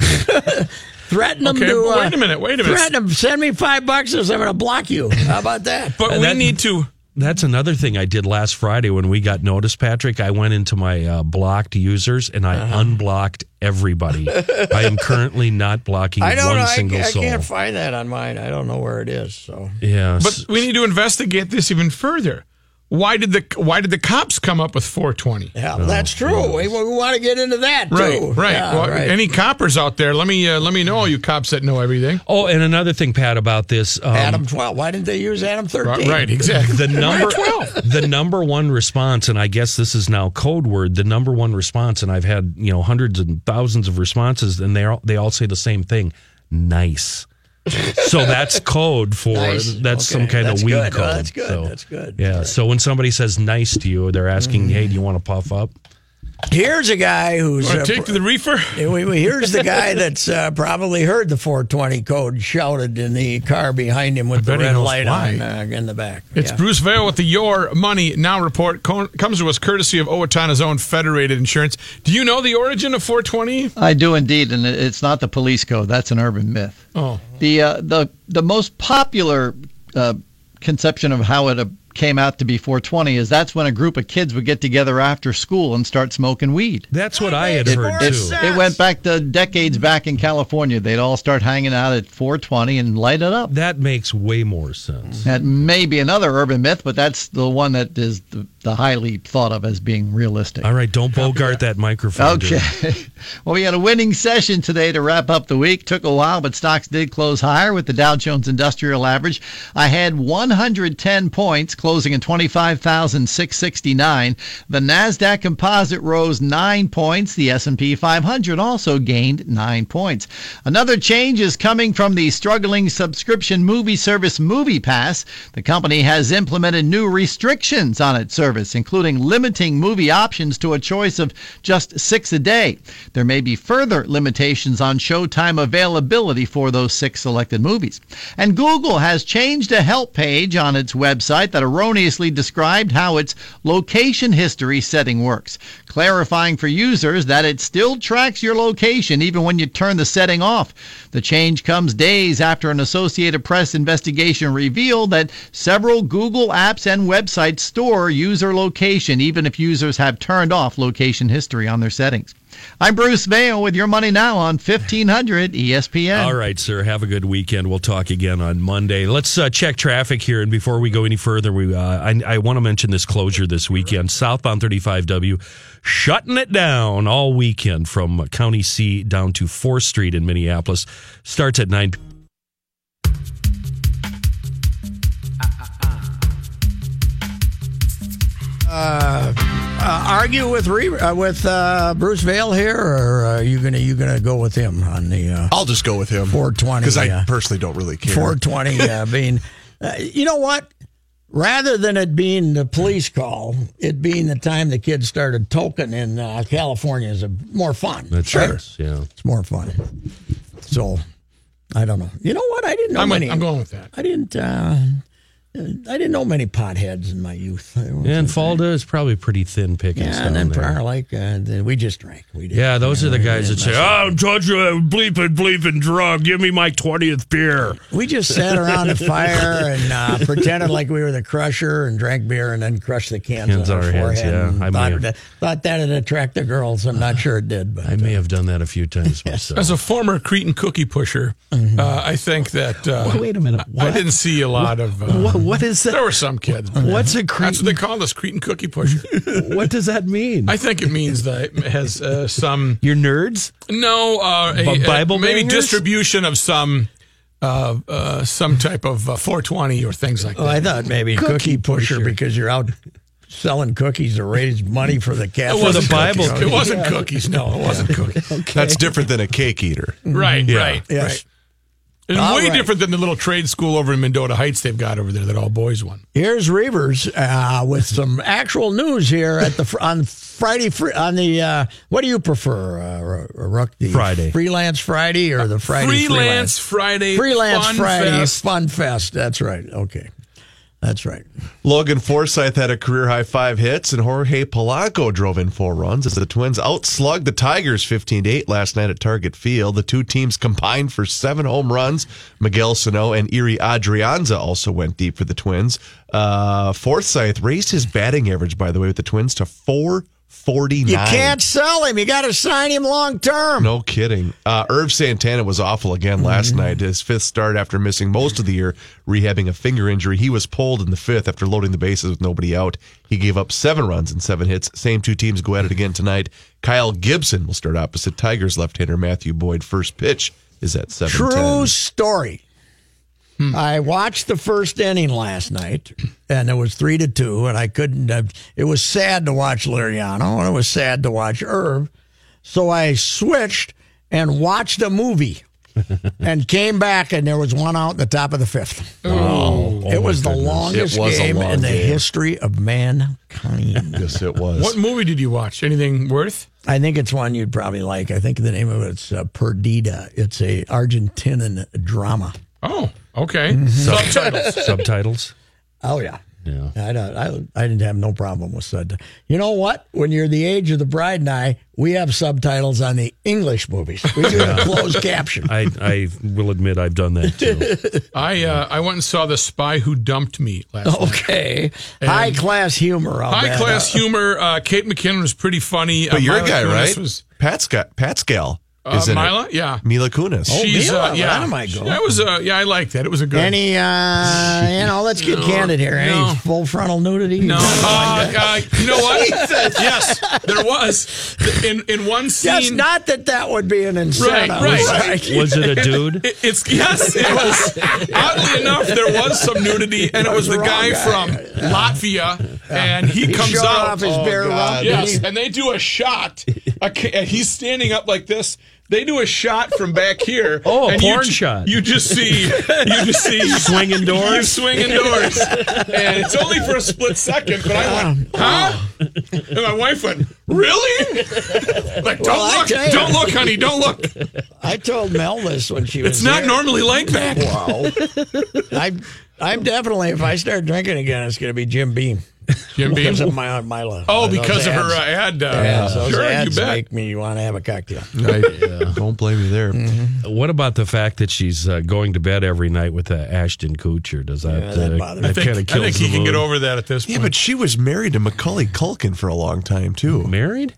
Speaker 4: threaten them
Speaker 5: Okay,
Speaker 4: to.
Speaker 5: but
Speaker 4: uh,
Speaker 5: wait a minute, wait a minute.
Speaker 4: Threaten them. Send me five bucks, or I'm going to block you. How about that?
Speaker 5: (laughs) But we
Speaker 2: that-
Speaker 5: need to.
Speaker 2: That's another thing I did last Friday when we got noticed, Patrick. I went into my uh, blocked users and I
Speaker 4: Uh-huh.
Speaker 2: unblocked
Speaker 4: (laughs)
Speaker 2: everybody. I am currently not blocking
Speaker 4: I don't
Speaker 2: one
Speaker 4: know. I,
Speaker 2: single
Speaker 4: I
Speaker 2: soul.
Speaker 4: can't find that on mine. I don't know where it is. So
Speaker 2: yeah,
Speaker 5: But we need to investigate this even further. Why did the Why did the cops come up with 420?
Speaker 4: yeah, that's true. We, we want to get into that
Speaker 5: Oh, Right,
Speaker 4: too.
Speaker 5: right.
Speaker 4: Yeah,
Speaker 5: Well,
Speaker 4: right.
Speaker 5: Any coppers out there? Let me uh, let me know all you cops that know everything.
Speaker 2: oh, and another thing, Pat, about this. Um,
Speaker 4: Adam twelve. Why didn't they use Adam
Speaker 5: Right,
Speaker 4: thirteen?
Speaker 5: right exactly.
Speaker 2: (laughs) the number
Speaker 5: Why 12?
Speaker 2: the number one response and i guess this is now code word the number one response and i've had you know hundreds and thousands of responses and they all they all say the same thing nice so that's code for
Speaker 4: Nice.
Speaker 2: that's
Speaker 4: Okay,
Speaker 2: some kind
Speaker 4: that's
Speaker 2: of weed
Speaker 4: good. Oh,
Speaker 2: code
Speaker 4: that's good.
Speaker 2: so,
Speaker 4: That's Mm. good.
Speaker 2: yeah so when somebody says nice to you they're asking hey do you want to puff up
Speaker 4: Here's a guy who's
Speaker 5: Wanna
Speaker 4: uh,
Speaker 5: take to the reefer.
Speaker 4: And we, we- here's the guy that's uh, probably heard the 420 code shouted in the car behind him with the
Speaker 5: bet he
Speaker 4: red
Speaker 5: knows
Speaker 4: light
Speaker 5: why.
Speaker 4: on uh, in the back.
Speaker 5: It's
Speaker 4: Yeah.
Speaker 5: Bruce Vail with the Your Money Now report. Co- comes to us courtesy of Owatonna's own Federated Insurance. Do you know the origin of 420?
Speaker 11: I do indeed, and it- it's not the police code. That's an urban myth.
Speaker 5: Oh.
Speaker 11: The uh, the the most popular uh, conception of how it came out to be 420 is that's when a group of kids would get together after school and start smoking weed.
Speaker 2: That's what I had
Speaker 11: it,
Speaker 2: heard
Speaker 11: it-
Speaker 2: too.
Speaker 11: It went back to decades back in California. They'd all start hanging out at 420 and light it up.
Speaker 2: That makes way more sense.
Speaker 11: That may be another urban myth, but that's the one that is the, the highly thought of as being realistic.
Speaker 2: All right, don't bogart that microphone. dude.
Speaker 11: Okay. Well, we had a winning session today to wrap up the week. Took a while, but stocks did close higher with the Dow Jones Industrial Average. I had 110 points, closing at 25,669. The Nasdaq Composite rose 9 points. The S&P 500 also gained 9 points. Another change is coming from the struggling subscription movie service MoviePass. The company has implemented new restrictions on its service, including limiting movie options to a choice of just six a day. There may be further limitations on showtime availability for those six selected movies. And Google has changed a help page on its website that erroneously described how its location history setting works, clarifying for users that it still tracks your location even when you turn the setting off. The change comes days after an Associated Press investigation revealed that several Google apps and websites store user location even if users have turned off location history on their settings. I'm Bruce Vail with your money now on E 1500 ESPN.
Speaker 2: All right, sir. Have a good weekend. We'll talk again on Monday. Let's uh, check traffic here. And before we go any further, we uh, I, I want to mention this closure this weekend. Southbound 35W shutting it down all weekend from County C down to 4th Street in Minneapolis. Starts at 9
Speaker 4: uh, uh, argue with Re- uh, with uh, Bruce Vail here, or are you gonna you gonna go with him on the? Uh,
Speaker 3: I'll just go with him.
Speaker 4: 420,
Speaker 3: Because I
Speaker 4: yeah.
Speaker 3: personally don't really care.
Speaker 4: 420
Speaker 2: (laughs)
Speaker 4: uh, being. Uh, you know what? Rather than it being the police call, it being the time the kids started toking in uh, California is a, more fun. right?
Speaker 2: Yeah.
Speaker 4: It's more fun. So, I don't know. You know what? I didn't know
Speaker 5: I'm with-
Speaker 4: many.
Speaker 5: I'm going with that.
Speaker 4: I didn't. Uh, I didn't know many potheads in my youth.
Speaker 2: Yeah, and Falda is probably pretty thin pickings.
Speaker 4: Yeah,
Speaker 2: down
Speaker 4: and then
Speaker 2: there.
Speaker 4: prior, like uh, then we just drank. We did.
Speaker 2: Yeah, those are the guys that say, "Oh, don't you bleeping bleeping drug? Give me my twentieth beer."
Speaker 4: We just sat around a fire and uh, pretended like we were the crusher and drank beer and then crushed the cans,
Speaker 2: Cans
Speaker 4: on
Speaker 2: on
Speaker 4: our,
Speaker 2: our
Speaker 4: forehead.
Speaker 2: heads, yeah.
Speaker 4: and
Speaker 2: I may
Speaker 4: thought,
Speaker 2: have-
Speaker 4: that, thought that'd attract the girls. I'm not sure it did, but
Speaker 2: I may have done that a
Speaker 12: (laughs)
Speaker 2: few times myself.
Speaker 5: As a former Cretan cookie pusher, uh, I think that uh,
Speaker 12: Mm-hmm. Wait a minute.
Speaker 5: I
Speaker 12: What?
Speaker 5: didn't see a lot of. Uh,
Speaker 12: What- what is that?
Speaker 5: There were some kids.
Speaker 12: What's a
Speaker 5: That's what they call us, Cretan
Speaker 12: (laughs)
Speaker 5: cookie pusher.
Speaker 12: What does that mean?
Speaker 5: I think it means that it has uh, some
Speaker 12: You're nerds.
Speaker 5: no uh, a,
Speaker 12: B- Bible
Speaker 5: uh, maybe
Speaker 12: bangers?
Speaker 5: distribution of some uh, uh, some type of uh, 420 or things like
Speaker 4: oh,
Speaker 5: that.
Speaker 4: I thought maybe cookie, pusher, because you're out selling cookies to raise money for the cat
Speaker 5: It wasn't cookies. It wasn't cookies. No, it wasn't cookies.
Speaker 3: That's different than a cake eater.
Speaker 4: Mm-hmm.
Speaker 5: Right, right,
Speaker 4: Yes.
Speaker 5: right. And
Speaker 4: All
Speaker 5: way
Speaker 4: right.
Speaker 5: different than the little trade school over in Mendota Heights they've got over there that all boys won.
Speaker 4: Here's Reavers uh, with some actual news here at the fr- on Friday fr- on the uh, what do you prefer, uh, Ro- Rook? The
Speaker 2: Friday.
Speaker 4: freelance Friday or the Friday
Speaker 5: Freelance Friday
Speaker 4: freelance
Speaker 5: Fun
Speaker 4: Friday
Speaker 5: Fest.
Speaker 4: fun fest. That's right. Okay, that's right.
Speaker 3: Logan Forsyth had a career high five hits, and Jorge Polanco drove in four runs as the Twins outslugged the Tigers 15 8 last night at Target Field. The two teams combined for seven home runs. Miguel Sano and Iri Adrianza also went deep for the Twins. Uh, Forsyth raised his batting average, by the way, with the Twins to 449.
Speaker 4: You can't sell him. You got to sign him long term.
Speaker 3: No kidding. Uh, Irv Santana was awful again last night. His fifth start after missing most of the year, rehabbing a finger injury. He was pulled in the fifth after loading the bases with nobody out. He gave up seven runs and seven hits. Same two teams go at it again tonight. Kyle Gibson will start opposite Tigers left hander Matthew Boyd. First pitch is at seven.
Speaker 4: True story.
Speaker 3: Hmm.
Speaker 4: I watched the first inning last night, and it was three to two, and I couldn't. Uh, it was sad to watch Liriano, and it was sad to watch Irv. So I switched and watched
Speaker 3: (laughs)
Speaker 4: a movie, and came back, and there was one out in the top of the fifth. it was the longest
Speaker 3: Oh It was a
Speaker 4: game
Speaker 3: long
Speaker 4: in the
Speaker 3: game.
Speaker 4: history
Speaker 3: (laughs)
Speaker 4: of mankind.
Speaker 3: Yes, it was.
Speaker 5: What movie did you watch? Anything worth?
Speaker 4: I think it's one you'd probably like. I think the name of it's uh, Perdita. It's a Argentinian drama.
Speaker 5: Oh, okay.
Speaker 2: (laughs)
Speaker 5: Subtitles.
Speaker 2: Subtitles.
Speaker 4: Oh yeah.
Speaker 2: Yeah.
Speaker 4: I don't. I, I didn't have no problem with subtitles. You know what? When you're the age of the bride and I, we have subtitles on the English movies. We do a closed caption.
Speaker 2: I, I will admit I've done that too.
Speaker 5: I uh, I went and saw The Spy Who Dumped Me last
Speaker 4: Oh,
Speaker 5: night.
Speaker 4: Okay. High class humor. I'll
Speaker 5: High
Speaker 4: bet.
Speaker 5: class humor. Uh, Kate McKinnon was pretty funny.
Speaker 3: But
Speaker 5: Uh,
Speaker 3: you're a
Speaker 5: Mila
Speaker 3: guy,
Speaker 5: Kunis
Speaker 3: right?
Speaker 5: Was,
Speaker 3: Pat's got Pat's gal.
Speaker 5: Uh,
Speaker 3: is in it.
Speaker 5: Mila? Yeah.
Speaker 3: Mila Kunis.
Speaker 4: Oh,
Speaker 5: she's
Speaker 4: Mila,
Speaker 5: uh, yeah.
Speaker 4: that might go.
Speaker 5: That was uh, yeah. I liked that. It was a good.
Speaker 4: Any, uh, you know, let's get
Speaker 5: No,
Speaker 4: candid here. Any
Speaker 5: no.
Speaker 4: full frontal nudity? (laughs)
Speaker 5: no, uh, uh, you know what? yes, there was in in one scene.
Speaker 4: Yes, not that that would be an incentive.
Speaker 5: right, right.
Speaker 2: Was it a dude?
Speaker 5: It- It's yes, it was. Oddly enough, there was some nudity, and it was the
Speaker 4: Wrong
Speaker 5: guy,
Speaker 4: guy.
Speaker 5: from Latvia, and he,
Speaker 4: He
Speaker 5: comes
Speaker 4: showed
Speaker 5: out
Speaker 4: off his bare rump.
Speaker 5: Yes, and they do a shot. A ca- and he's standing up like this. They do a shot from back here.
Speaker 2: Oh, a
Speaker 5: and you
Speaker 2: porn
Speaker 5: ju-
Speaker 2: shot.
Speaker 5: You just see, you just see
Speaker 2: (laughs) Swinging doors?
Speaker 5: You (laughs) swinging doors, and it's only for a split second. But I
Speaker 2: Um,
Speaker 5: went, huh? And my wife went, really? (laughs) Like, don't
Speaker 4: Well, I
Speaker 5: look,
Speaker 4: tell you.
Speaker 5: don't look, honey, don't look.
Speaker 4: (laughs) I told Mel this when she was.
Speaker 5: It's not
Speaker 4: there.
Speaker 5: normally like that. (laughs)
Speaker 4: Wow. I'm, I'm definitely, if I start drinking again, it's going to be Jim Beam.
Speaker 5: Jim Beam.
Speaker 4: Because of my, on my love.
Speaker 5: Oh,
Speaker 4: Those
Speaker 5: because of her
Speaker 4: ads.
Speaker 5: uh, ad. Uh,
Speaker 4: Ads. Those
Speaker 5: sure,
Speaker 4: ads
Speaker 5: you bet.
Speaker 4: make me want to have a cocktail.
Speaker 3: Don't blame you there.
Speaker 2: What about the fact that she's uh, going to bed every night with uh, Ashton Kutcher? Does that, uh,
Speaker 4: Yeah, that bothers me.
Speaker 2: that kind of
Speaker 5: I
Speaker 2: kills
Speaker 5: think
Speaker 2: the
Speaker 5: he can get
Speaker 2: mood.
Speaker 5: over that at this
Speaker 3: Yeah,
Speaker 5: point.
Speaker 3: but she was married to Macaulay Culkin for a long time too.
Speaker 2: married?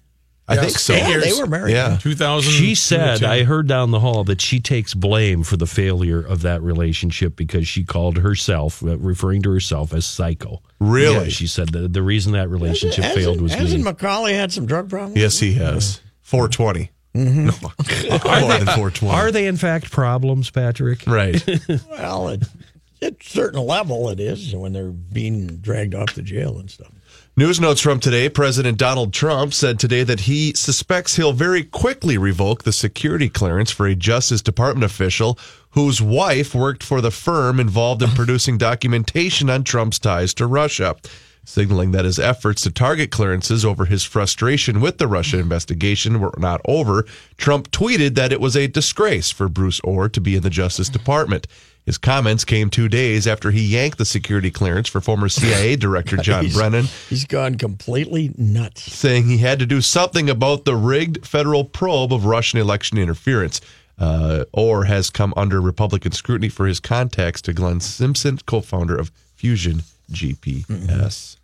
Speaker 3: I think so.
Speaker 5: Eight
Speaker 4: Yeah,
Speaker 5: years.
Speaker 4: they were married.
Speaker 3: Yeah.
Speaker 5: 2000.
Speaker 2: She said,
Speaker 5: 2002.
Speaker 2: I heard down the hall that she takes blame for the failure of that relationship because she called herself, uh, referring to herself as psycho.
Speaker 3: Really?
Speaker 2: Yeah, she said the, the reason that relationship
Speaker 4: Hasn't-
Speaker 2: failed was
Speaker 4: Hasn't
Speaker 2: me.
Speaker 4: Macaulay had some drug problems?
Speaker 3: Yes, he has. 420. No, more than 420.
Speaker 2: Are they, in fact, problems, Patrick?
Speaker 3: right?
Speaker 4: Well, it, at a certain level, it is when they're being dragged off to jail and stuff.
Speaker 3: News notes from today President Donald Trump said today that he suspects he'll very quickly revoke the security clearance for a Justice Department official whose wife worked for the firm involved in producing documentation on Trump's ties to Russia, signaling that his efforts to target clearances over his frustration with the Russia investigation were not over. Trump tweeted that it was a disgrace for Bruce Orr to be in the Justice Department. His comments came two days after he yanked the security clearance for former CIA Director John Uh, Brennan
Speaker 4: He's gone completely nuts.
Speaker 3: saying he had to do something about the rigged federal probe of Russian election interference, uh, or has come under Republican scrutiny for his contacts to Glenn Simpson, co founder of Fusion GPS.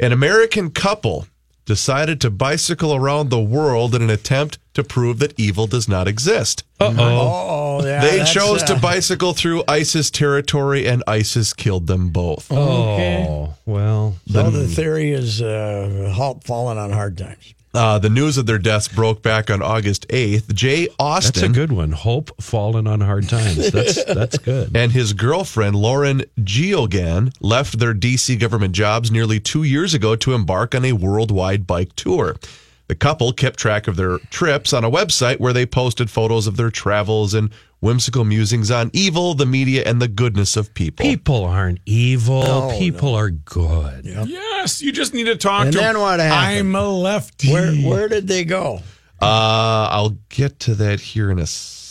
Speaker 3: An American couple decided to bicycle around the world in an attempt to prove that evil does not exist.
Speaker 4: Oh, yeah.
Speaker 3: they
Speaker 4: that's,
Speaker 3: chose to
Speaker 4: uh,
Speaker 3: bicycle through ISIS territory, and ISIS killed them both.
Speaker 2: Oh, well.
Speaker 4: So the theory is uh, halt falling on hard times.
Speaker 3: Uh, the news of their deaths broke back on August 8th. Jay Austin.
Speaker 2: That's a good one. Hope fallen on hard times.
Speaker 4: (laughs)
Speaker 2: That's that's good.
Speaker 3: and his girlfriend Lauren Geoghegan left their DC government jobs nearly 2 years ago to embark on a worldwide bike tour. The couple kept track of their trips on a website where they posted photos of their travels and whimsical musings on evil, the media and the goodness of people.
Speaker 2: People aren't evil. People are good.
Speaker 5: Yes, you just need to talk
Speaker 4: And
Speaker 5: to
Speaker 4: then what happened?
Speaker 5: I'm a lefty.
Speaker 4: Where where did they go?
Speaker 3: Uh, I'll get to that here in a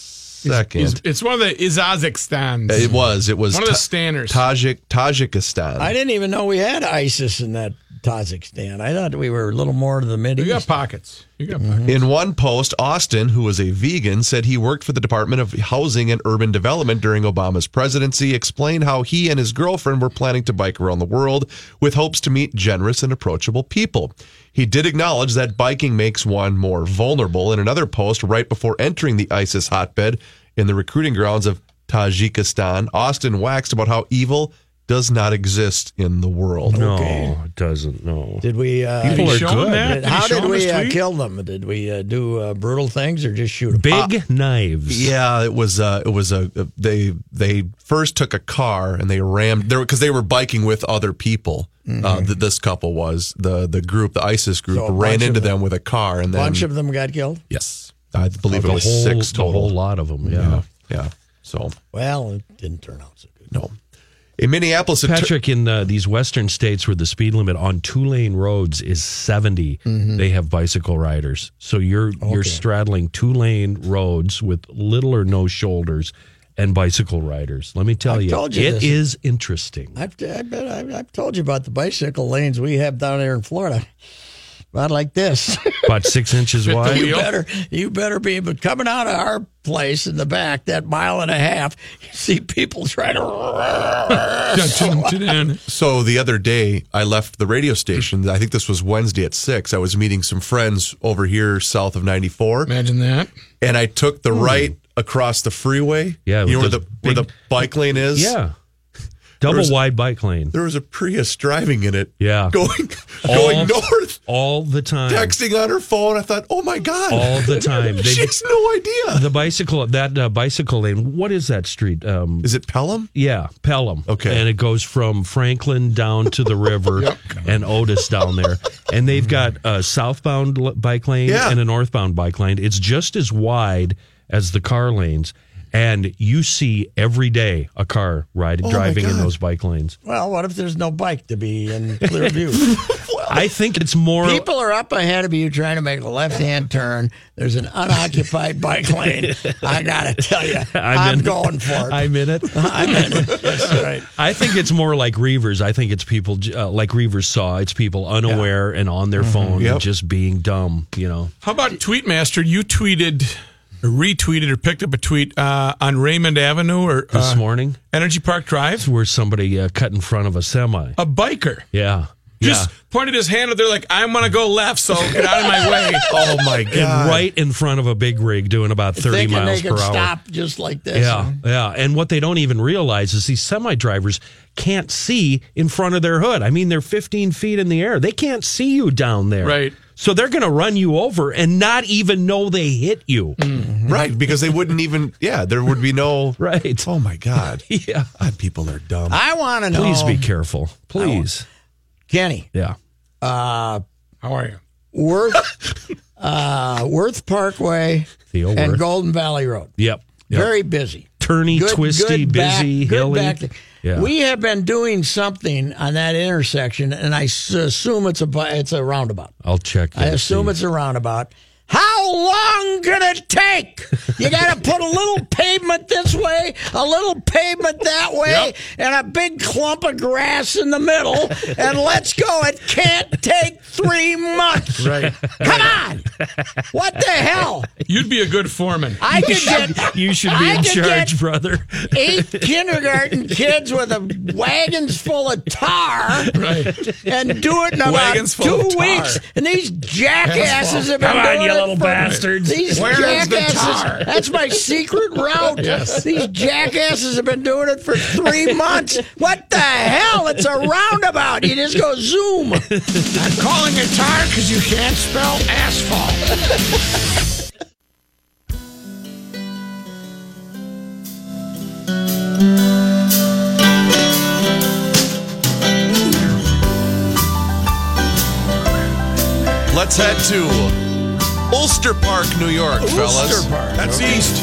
Speaker 3: second.
Speaker 5: It's, it's one of the Izazikstans.
Speaker 3: it was it was
Speaker 5: One of the
Speaker 3: Ta-
Speaker 5: Stanners.
Speaker 3: Tajik Tajikistan.
Speaker 4: I didn't even know we had ISIS in that Tajikistan. I thought we were a little more to the
Speaker 5: You got
Speaker 4: Mideast.
Speaker 5: pockets. You got pockets.
Speaker 3: In one post, Austin, who was a vegan, said he worked for the Department of Housing and Urban Development during Obama's presidency, explained how he and his girlfriend were planning to bike around the world with hopes to meet generous and approachable people. He did acknowledge that biking makes one more vulnerable in another post right before entering the ISIS hotbed in the recruiting grounds of Tajikistan. Austin waxed about how evil does not exist in the world.
Speaker 2: No,
Speaker 4: Okay.
Speaker 2: it doesn't. No.
Speaker 4: Did we? Uh,
Speaker 2: People are
Speaker 5: Show 'em
Speaker 2: good.
Speaker 5: that?
Speaker 4: did- how
Speaker 5: you show
Speaker 4: did
Speaker 5: 'em
Speaker 4: we
Speaker 5: his
Speaker 4: uh,
Speaker 5: tweet?
Speaker 4: kill them? Did we uh, do uh, brutal things or just shoot them?
Speaker 2: Big knives.
Speaker 3: Yeah, it was. Uh, it was a they. They first took a car and they rammed there because they were biking with other people. Uh, th- this couple was the the group, the ISIS group,
Speaker 4: Mm-hmm. So a bunch
Speaker 3: ran into
Speaker 4: of
Speaker 3: them with a car and
Speaker 4: A
Speaker 3: then
Speaker 4: bunch of them got killed.
Speaker 3: yes, I believe
Speaker 2: The
Speaker 3: it
Speaker 2: whole,
Speaker 3: was six
Speaker 2: the whole
Speaker 3: total.
Speaker 2: lot of them. Yeah.
Speaker 3: Yeah, yeah. So
Speaker 4: Well, it didn't turn out so good.
Speaker 3: no, in Minneapolis, a tur-
Speaker 2: Patrick, in uh, these western states where the speed limit on two lane roads is 70,
Speaker 3: Mm-hmm.
Speaker 2: they have bicycle riders. So you're you're straddling two lane roads with little or no shoulders. and bicycle riders. Let me tell
Speaker 4: I've
Speaker 2: you,
Speaker 4: told you
Speaker 2: it
Speaker 4: this.
Speaker 2: is interesting.
Speaker 4: I've, I've, been- I've, I've told you about the bicycle lanes we have down there in Florida. About like this. (laughs)
Speaker 2: About six
Speaker 3: (laughs)
Speaker 2: inches wide.
Speaker 4: you better, you better be. But coming out of our place in the back, that mile and a half, you see people trying (laughs) to.
Speaker 3: So the other day, I left the radio station. I think this was Wednesday at six. I was meeting some friends over here south of 94.
Speaker 5: Imagine that.
Speaker 3: And I took the right across the freeway.
Speaker 2: Hmm. Yeah,
Speaker 3: You know where
Speaker 2: with
Speaker 3: the,
Speaker 2: the
Speaker 3: where
Speaker 2: big-
Speaker 3: the bike lane is?
Speaker 2: Yeah.
Speaker 3: There
Speaker 2: Double
Speaker 3: was-
Speaker 2: wide bike lane.
Speaker 3: There was a Prius driving in it.
Speaker 2: Yeah. (laughs)
Speaker 3: Going,
Speaker 2: All-
Speaker 3: going north,
Speaker 2: all the time.
Speaker 3: texting on her phone. I thought, oh my God.
Speaker 2: All
Speaker 3: (laughs)
Speaker 2: the time. They-
Speaker 3: she has no idea.
Speaker 2: The bicycle that uh, bicycle lane. What is that street? Um,
Speaker 3: Is it Pelham?
Speaker 2: yeah, Pelham.
Speaker 3: Okay.
Speaker 2: and it goes from Franklin down to the river and Otis down there, and they've got a southbound l- bike lane
Speaker 3: Yeah.
Speaker 2: and a northbound bike lane. It's just as wide as the car lanes, and you see every day a car riding
Speaker 4: Oh, my
Speaker 2: driving in
Speaker 4: God.
Speaker 2: those bike lanes.
Speaker 4: Well, what if there's no bike to be in clear view? (laughs)
Speaker 2: I think it's more.
Speaker 4: People are up ahead of you trying to make a left hand turn. There's an
Speaker 2: (laughs)
Speaker 4: unoccupied bike lane. I got to tell you, I'm,
Speaker 2: in-
Speaker 4: going for it.
Speaker 2: I'm in it.
Speaker 4: I'm
Speaker 2: (laughs)
Speaker 4: in it. That's right.
Speaker 2: I think it's more like Reavers. I think it's people uh, like Reavers saw. It's people unaware and on their phone
Speaker 3: Yep.
Speaker 2: and just being dumb. You know,
Speaker 5: How about Tweetmaster? You tweeted, or retweeted, or picked up a tweet uh, on Raymond Avenue or
Speaker 2: this
Speaker 5: uh,
Speaker 2: morning
Speaker 5: Energy Park Drive.
Speaker 2: where somebody uh, cut in front of a semi.
Speaker 5: A biker
Speaker 2: Yeah,
Speaker 5: just pointed his hand. They're like, "I'm gonna go left, so get out of my way."
Speaker 3: (laughs) Oh
Speaker 2: (laughs)
Speaker 3: my God.
Speaker 5: uh,
Speaker 2: yeah, and right in front of a big rig doing about thirty
Speaker 4: Thinking
Speaker 2: miles
Speaker 4: they
Speaker 2: per
Speaker 4: could
Speaker 2: hour.
Speaker 4: stop just like this.
Speaker 2: Yeah, yeah. And what they don't even realize is these semi drivers can't see in front of their hood. I mean, they're 15 feet in the air. They can't see you down there.
Speaker 5: Right.
Speaker 2: So they're going to run you over and not even know they hit you.
Speaker 5: Mm.
Speaker 3: Right. Because they wouldn't even, yeah, there would be no.
Speaker 2: (laughs) Right.
Speaker 3: Oh my
Speaker 2: (laughs)
Speaker 3: God.
Speaker 2: Yeah.
Speaker 3: God, people are dumb.
Speaker 4: I want to know.
Speaker 2: Please be
Speaker 5: Oh.
Speaker 2: careful. Please.
Speaker 4: Kenny,
Speaker 2: Yeah.
Speaker 5: How are you?
Speaker 2: (laughs)
Speaker 4: Worth, uh, Worth Parkway
Speaker 2: Theo
Speaker 4: and
Speaker 2: Worth.
Speaker 4: Golden Valley Road.
Speaker 2: Yep. yep.
Speaker 4: Very busy.
Speaker 2: turny, twisty,
Speaker 4: back-
Speaker 2: busy,
Speaker 4: good
Speaker 2: hilly.
Speaker 4: back-
Speaker 2: Yeah.
Speaker 4: We have been doing something on that intersection, and I s- assume it's a bu- it's a roundabout.
Speaker 2: I'll check.
Speaker 4: I assume it's a roundabout. How long can it take?
Speaker 2: (laughs)
Speaker 4: You got to put a little pavement this way, a little pavement that way, and a big clump of grass in the middle, and let's go. It can't take three months. Right. Come on. What the hell?
Speaker 5: You'd be a good foreman.
Speaker 4: I could get.
Speaker 2: You should be
Speaker 4: I
Speaker 2: in
Speaker 4: could
Speaker 2: charge,
Speaker 4: get
Speaker 2: brother.
Speaker 4: eight kindergarten kids with a wagons full of tar and do it in about
Speaker 5: Wagons full
Speaker 4: two
Speaker 5: of tar.
Speaker 4: weeks. And these jackasses have been
Speaker 2: Come on,
Speaker 4: doing
Speaker 2: you
Speaker 4: it
Speaker 2: little
Speaker 4: for-
Speaker 2: bastards.
Speaker 4: These
Speaker 5: Where is the
Speaker 4: jackasses.
Speaker 5: tar?
Speaker 4: That's my secret route. These jackasses have been doing it for three months. What the hell? It's a roundabout. You just go zoom. I'm calling it tar because you can't spell
Speaker 5: (laughs)
Speaker 4: asphalt.
Speaker 3: Let's head to Ulster Park, New York, fellas.
Speaker 4: Park,
Speaker 3: That's east.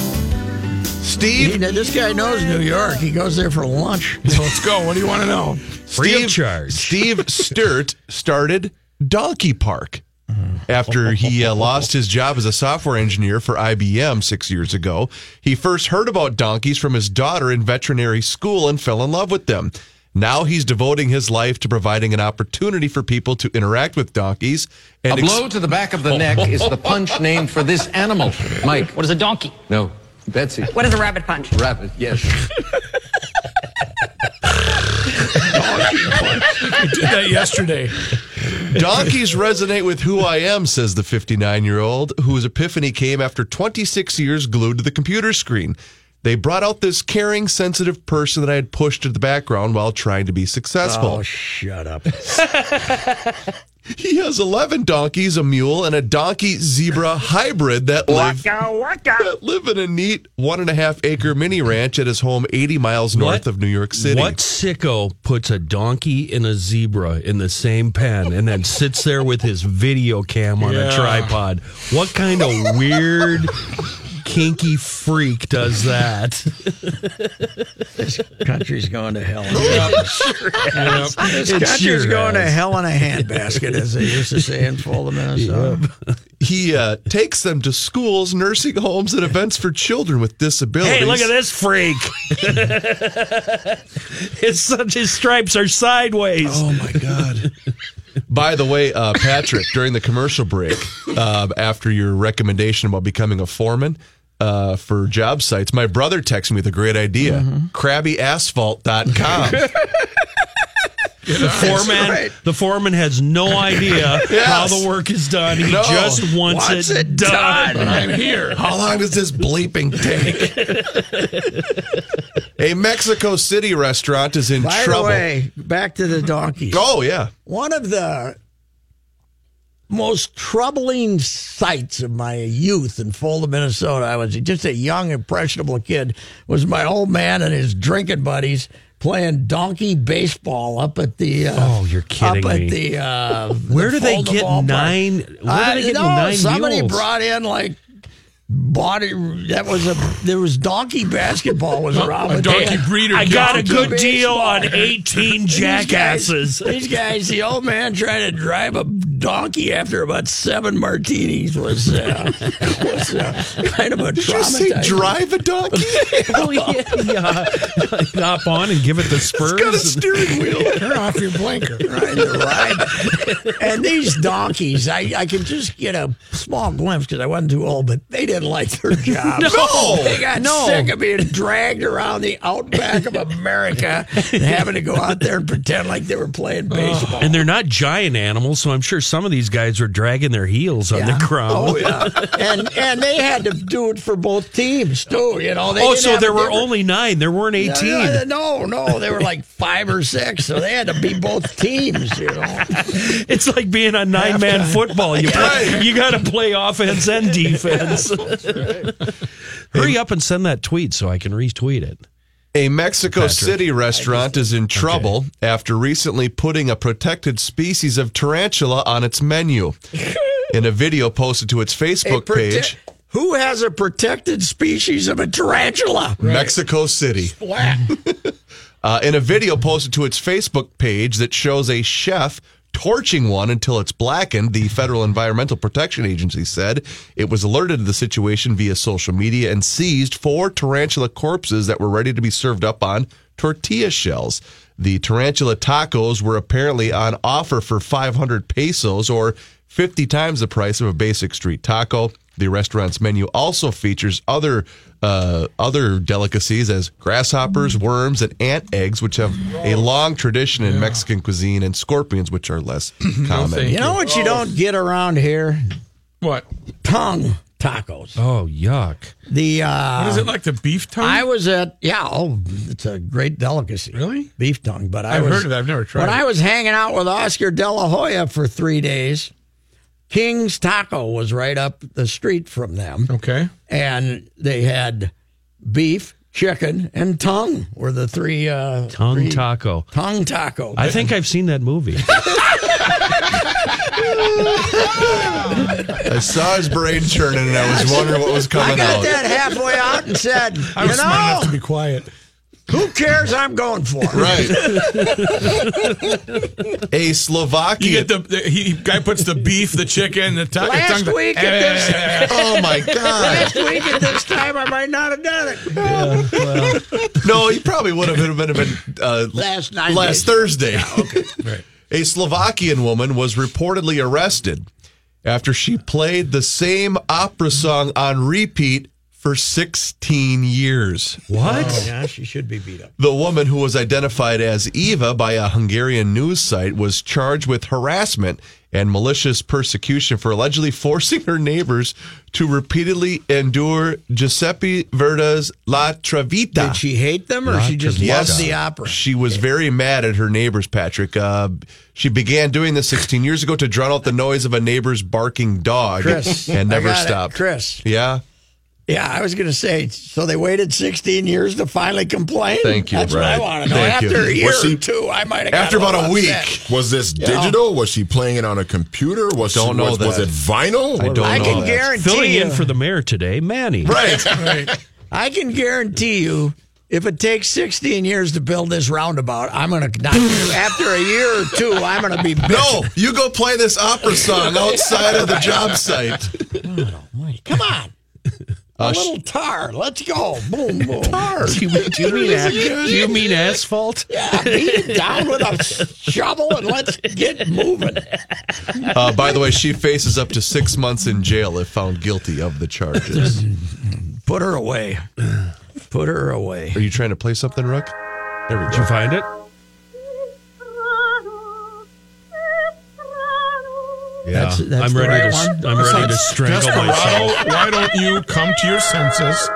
Speaker 3: Steve,
Speaker 4: this guy knows New York. He goes there for lunch.
Speaker 5: Let's go. What do you want to know?
Speaker 2: Free of charge. (laughs)
Speaker 3: Steve Sturt started Donkey Park after he uh, lost his job as a software engineer for IBM six years ago. He first heard about donkeys from his daughter in veterinary school and fell in love with them. Now he's devoting his life to providing an opportunity for people to interact with donkeys and ex-
Speaker 9: to the back of the neck is the
Speaker 2: (laughs)
Speaker 9: punch name for this animal. Mike. What is a donkey? No, Betsy.
Speaker 12: What is a rabbit punch?
Speaker 9: Rabbit, yes.
Speaker 5: I did that yesterday.
Speaker 3: Donkeys resonate with who I am, says the 59 year old, whose epiphany came after 26 years glued to the computer screen. They brought out this caring, sensitive person that I had pushed to the background while trying to be successful.
Speaker 2: Oh.
Speaker 4: Shut up.
Speaker 3: He has 11 donkeys, a mule, and a donkey zebra hybrid that live, that live in a neat one and a half acre mini ranch at his home 80 miles north
Speaker 2: What-
Speaker 3: of New York City.
Speaker 2: What sicko puts a donkey and a zebra in the same pen and then sits there with his video cam on a
Speaker 5: Yeah.
Speaker 2: tripod? What kind of weird kinky freak does that?
Speaker 4: this country's going to
Speaker 9: (laughs)
Speaker 4: hell.
Speaker 2: Yep.
Speaker 4: Yes.
Speaker 2: Yep.
Speaker 4: This
Speaker 2: It
Speaker 4: country's
Speaker 2: sure
Speaker 4: going to
Speaker 2: has.
Speaker 4: hell in a handbasket, as they used to say in Fulda, Minnesota.
Speaker 3: He uh, takes them to schools, nursing homes, and events for children with disabilities.
Speaker 2: Hey, look at this freak. (laughs) his, his stripes are sideways.
Speaker 3: Oh my god. By the way, uh, Patrick, (laughs) during the commercial break, uh, after your recommendation about becoming a foreman uh, for job sites, my brother texted me with a great idea crabbyasphalt.com.
Speaker 2: The (laughs) foreman, the foreman has no idea
Speaker 3: Yes.
Speaker 2: how the work is done. He
Speaker 3: No.
Speaker 2: just wants,
Speaker 3: Wants
Speaker 2: it,
Speaker 3: it
Speaker 2: done.
Speaker 3: done. I'm here. How long does this bleeping take? a Mexico City restaurant is in
Speaker 4: By
Speaker 3: trouble.
Speaker 4: the way, back to the donkeys.
Speaker 3: Oh, yeah.
Speaker 4: One of the most troubling sights of my youth in Fulda, Minnesota, I was just a young, impressionable kid, was my old man and his drinking buddies playing donkey baseball up at the. Uh,
Speaker 2: Oh, you're kidding
Speaker 4: up
Speaker 2: me.
Speaker 4: at the. Uh,
Speaker 2: Where
Speaker 4: the
Speaker 2: do they
Speaker 4: Fulda
Speaker 2: get
Speaker 4: ballpark.
Speaker 2: nine- where do
Speaker 4: I-
Speaker 2: they get
Speaker 4: no,
Speaker 2: nine
Speaker 4: Somebody
Speaker 2: mules?
Speaker 4: brought in like. Body that was a there was donkey
Speaker 2: (laughs)
Speaker 4: basketball was around.
Speaker 5: A
Speaker 4: but they
Speaker 5: donkey
Speaker 4: had-
Speaker 5: breeder.
Speaker 2: I got a
Speaker 4: Donkey
Speaker 2: good deal
Speaker 4: baseball.
Speaker 2: on 18 jackasses.
Speaker 4: These guys, these guys, the old man trying to drive a donkey after about seven martinis was, uh, (laughs) was uh, kind of a
Speaker 3: Did you say
Speaker 4: traumatizing- (laughs)
Speaker 3: drive a donkey?
Speaker 2: (laughs) oh, yeah. yeah. (laughs) Hop on and give it the spurs.
Speaker 3: Got a steering wheel.
Speaker 4: Turn off your blinker. Right, you're right. And these donkeys, I, I could just get a small glimpse because I wasn't too old, but they didn't like their job.
Speaker 3: No.
Speaker 4: They got
Speaker 2: No.
Speaker 4: sick of being dragged around the outback of America and having to go out there and pretend like they were playing baseball.
Speaker 2: and they're not giant animals, so I'm sure some of these guys were dragging their heels on
Speaker 4: Yeah.
Speaker 2: the ground.
Speaker 4: Oh (laughs) yeah, and and they had to do it for both teams too. You know, they
Speaker 2: Oh,
Speaker 4: didn't
Speaker 2: so
Speaker 4: have
Speaker 2: there
Speaker 4: a
Speaker 2: were
Speaker 4: different-
Speaker 2: only nine. There weren't 18.
Speaker 4: Yeah, No, no, they were like five or six, so they had to be both teams. You know,
Speaker 2: (laughs) It's like being on nine man football. You play, you got to play offense
Speaker 4: (laughs)
Speaker 2: and defense. Hurry up and send that tweet so I can retweet it.
Speaker 3: A Mexico
Speaker 2: Patrick.
Speaker 3: City restaurant is in trouble after recently putting a protected species of tarantula on its menu. In a video posted to its
Speaker 4: A
Speaker 3: Facebook
Speaker 4: prote-
Speaker 3: page,
Speaker 4: Who has a protected species of a tarantula?
Speaker 3: Mexico City.
Speaker 4: Flat.
Speaker 3: Uh, in a video posted to its Facebook page that shows a chef torching one until it's blackened, the Federal Environmental Protection Agency said it was alerted to the situation via social media and seized four tarantula corpses that were ready to be served up on tortilla shells. The tarantula tacos were apparently on offer for 500 pesos or 50 times the price of a basic street taco. The restaurant's menu also features other uh, other delicacies as grasshoppers, worms, and ant eggs, which have a long tradition in Mexican cuisine, and scorpions, which are less common.
Speaker 5: thank
Speaker 4: You know what you don't get around here?
Speaker 5: What?
Speaker 4: Tongue tacos.
Speaker 2: Oh yuck!
Speaker 4: The uh,
Speaker 5: What is it like? The beef tongue?
Speaker 4: I was at yeah, oh, it's a great delicacy.
Speaker 5: Really?
Speaker 4: Beef tongue, but I
Speaker 5: I've
Speaker 4: was,
Speaker 5: heard of it. I've never tried
Speaker 4: When
Speaker 5: it.
Speaker 4: I was hanging out with Oscar De La Hoya for three days, King's Taco was right up the street from them,
Speaker 5: okay.
Speaker 4: and they had beef, chicken, and tongue were the three uh,
Speaker 2: Tongue taco.
Speaker 4: tongue taco.
Speaker 2: I think I've seen that movie.
Speaker 3: I saw his brain churning, and I was wondering what was
Speaker 4: I
Speaker 3: coming
Speaker 4: got
Speaker 3: out.
Speaker 4: that halfway out and said,
Speaker 5: (laughs) I was smart enough
Speaker 4: you
Speaker 5: to
Speaker 4: know,
Speaker 5: be quiet.
Speaker 4: who cares? I'm going
Speaker 5: (laughs)
Speaker 4: for it.
Speaker 3: Right. a
Speaker 5: You
Speaker 3: Slovakian.
Speaker 5: get the, the he guy puts the beef, the chicken, the taco.
Speaker 4: Last
Speaker 5: tongue,
Speaker 4: week at this-
Speaker 3: (laughs) oh my God!
Speaker 4: Last week at this time, I might not have done it.
Speaker 3: No, he probably would have been, been, been uh,
Speaker 4: Last night.
Speaker 3: last Thursday. (laughs) A Slovakian woman was reportedly arrested after she played the same opera song on repeat for 16 years.
Speaker 2: What?
Speaker 4: Yeah, she should be beat up.
Speaker 3: The woman who was identified as Eva by a Hungarian news site was charged with harassment and malicious persecution for allegedly forcing her neighbors to repeatedly endure Giuseppe Verdi's La Traviata.
Speaker 4: Did she hate them or she just loved the opera?
Speaker 3: She was very mad at her neighbors, Patrick. Uh, she began doing this 16 years ago to drown out the noise of a neighbor's barking dog (laughs)
Speaker 4: Chris.
Speaker 3: and
Speaker 4: I
Speaker 3: never
Speaker 4: got it.
Speaker 3: stopped.
Speaker 4: Chris,
Speaker 3: Yeah.
Speaker 4: Yeah, I was going to say. So they waited 16 years to finally complain.
Speaker 3: Thank you,
Speaker 4: That's what I
Speaker 3: right.
Speaker 4: want to know.
Speaker 3: Thank you.
Speaker 4: after a year
Speaker 6: Was she-
Speaker 4: or two, I might have.
Speaker 6: After
Speaker 4: got
Speaker 6: about a week,
Speaker 4: upset.
Speaker 6: was this
Speaker 4: Yeah.
Speaker 6: digital? Was she playing it on a computer? Was
Speaker 3: Don't
Speaker 6: she,
Speaker 3: know
Speaker 6: was, was
Speaker 3: that.
Speaker 6: it vinyl?
Speaker 3: I don't I know can that. guarantee
Speaker 2: Filling in
Speaker 3: you-
Speaker 2: for the mayor today, Manny.
Speaker 6: Right.
Speaker 4: I can guarantee you, if it takes 16 years to build this roundabout, I'm going to knock you. After a year or two, I'm going to be.
Speaker 3: No, you go play this opera song outside of the job site.
Speaker 4: Come on. A
Speaker 3: Uh, sh-
Speaker 4: little tar. Let's go. Boom, boom.
Speaker 2: (laughs)
Speaker 4: Tar.
Speaker 2: Do you, do you mean ac- do you mean asphalt?
Speaker 4: Yeah, beat it down with a shovel and let's get moving.
Speaker 3: Uh, by the way, she faces up to six months in jail if found guilty of the
Speaker 4: (laughs)
Speaker 3: charges.
Speaker 4: Put her away. Put her away.
Speaker 3: Are you trying to play something, Rook? There we
Speaker 2: Did you
Speaker 3: go.
Speaker 2: find it?
Speaker 7: (laughs)
Speaker 2: Yeah,
Speaker 5: uh,
Speaker 4: That's- that's
Speaker 2: I'm
Speaker 4: the
Speaker 2: ready
Speaker 4: right
Speaker 2: to.
Speaker 4: one?
Speaker 2: I'm ready to strangle myself.
Speaker 5: Desperado, why don't you come to your senses?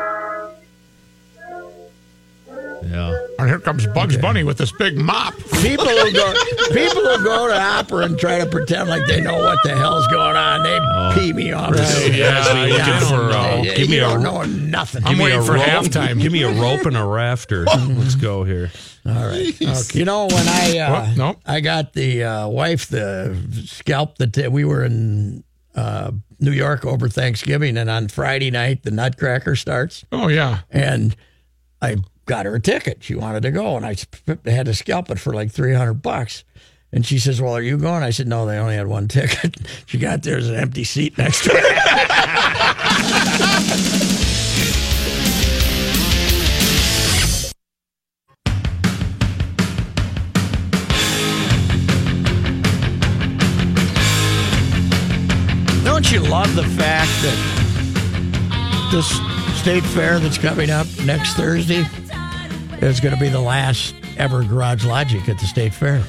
Speaker 2: Yeah.
Speaker 5: And here comes Bugs Bunny with this big mop.
Speaker 4: (laughs) People who go, people who go to opera and try to pretend like they know what the hell's going on, they pee me off.
Speaker 2: Right. Oh. Yeah, so you're
Speaker 4: Yeah,
Speaker 2: looking
Speaker 4: I don't
Speaker 2: for,
Speaker 4: know.
Speaker 2: uh,
Speaker 4: Yeah,
Speaker 2: give me
Speaker 4: you
Speaker 2: a-
Speaker 4: don't know nothing.
Speaker 5: I'm
Speaker 2: Give me
Speaker 5: waiting
Speaker 2: a
Speaker 5: for
Speaker 2: rope.
Speaker 5: halftime.
Speaker 2: Give me a rope and a rafter. Let's go here.
Speaker 4: All right. You know when I uh,
Speaker 5: What? Nope.
Speaker 4: I got the uh, wife the scalp that we were in uh, New York over Thanksgiving, and on Friday night the Nutcracker starts,
Speaker 5: Oh yeah.
Speaker 4: and I got her a ticket. She wanted to go, and I sp- had to scalp it for like three hundred bucks. And she says, "Well, are you going?" I said, "No, they only had one ticket." (laughs) She got there's an empty seat next to her. (laughs) Don't you love the fact that this state fair that's coming up next Thursday is going to be the last ever Garage Logic at the state fair?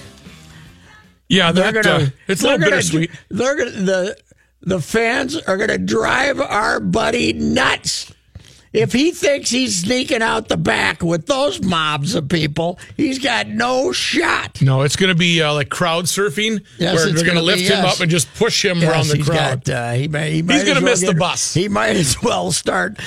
Speaker 5: Yeah, that,
Speaker 4: gonna-
Speaker 5: uh, it's a
Speaker 4: they're
Speaker 5: little
Speaker 4: gonna-
Speaker 5: bittersweet.
Speaker 4: They're gonna, the the fans are going to drive our buddy nuts. If he thinks he's sneaking out the back with those mobs of people, he's got no shot.
Speaker 5: No, it's going to be uh, like crowd surfing,
Speaker 4: Yes,
Speaker 5: where
Speaker 4: it's
Speaker 5: they're going
Speaker 4: gonna
Speaker 5: to lift
Speaker 4: be-
Speaker 5: him
Speaker 4: yes.
Speaker 5: up and just push him
Speaker 4: Yes,
Speaker 5: around the
Speaker 4: he's
Speaker 5: crowd.
Speaker 4: got, uh, he may, he might
Speaker 5: He's gonna
Speaker 4: as well
Speaker 5: miss the
Speaker 4: get-
Speaker 5: bus.
Speaker 4: He might as well start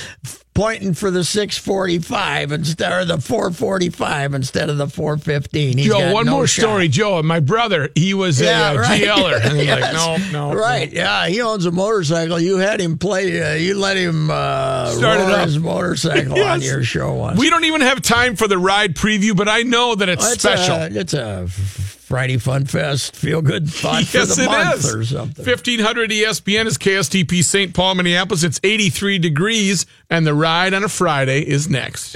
Speaker 4: pointing for the 645 instead or the 445 instead of the 415. He's
Speaker 5: Joe,
Speaker 4: got
Speaker 5: one
Speaker 4: no
Speaker 5: more
Speaker 4: shot.
Speaker 5: story. Joe, and my brother, he was
Speaker 4: Yeah,
Speaker 5: a uh,
Speaker 4: right.
Speaker 5: GLer. And
Speaker 4: (laughs)
Speaker 5: they're
Speaker 4: Yes.
Speaker 5: like, no, no.
Speaker 4: Right, yeah, he owns a motorcycle. You had him play. Uh, you let him uh,
Speaker 5: Start it
Speaker 4: roar
Speaker 5: up.
Speaker 4: his motorcycle on
Speaker 5: Yes.
Speaker 4: your show once.
Speaker 5: We don't even have time for the ride preview, but I know that it's,
Speaker 4: Well, it's uh,
Speaker 5: special.
Speaker 4: A, it's a Friday Fun Fest, feel good
Speaker 5: (laughs)
Speaker 4: fun for
Speaker 5: yes,
Speaker 4: the
Speaker 5: it
Speaker 4: month
Speaker 5: is. E
Speaker 4: or something.
Speaker 5: 1500 ESPN is KSTP St. Paul, Minneapolis. It's 83 degrees, and the ride on a Friday is next.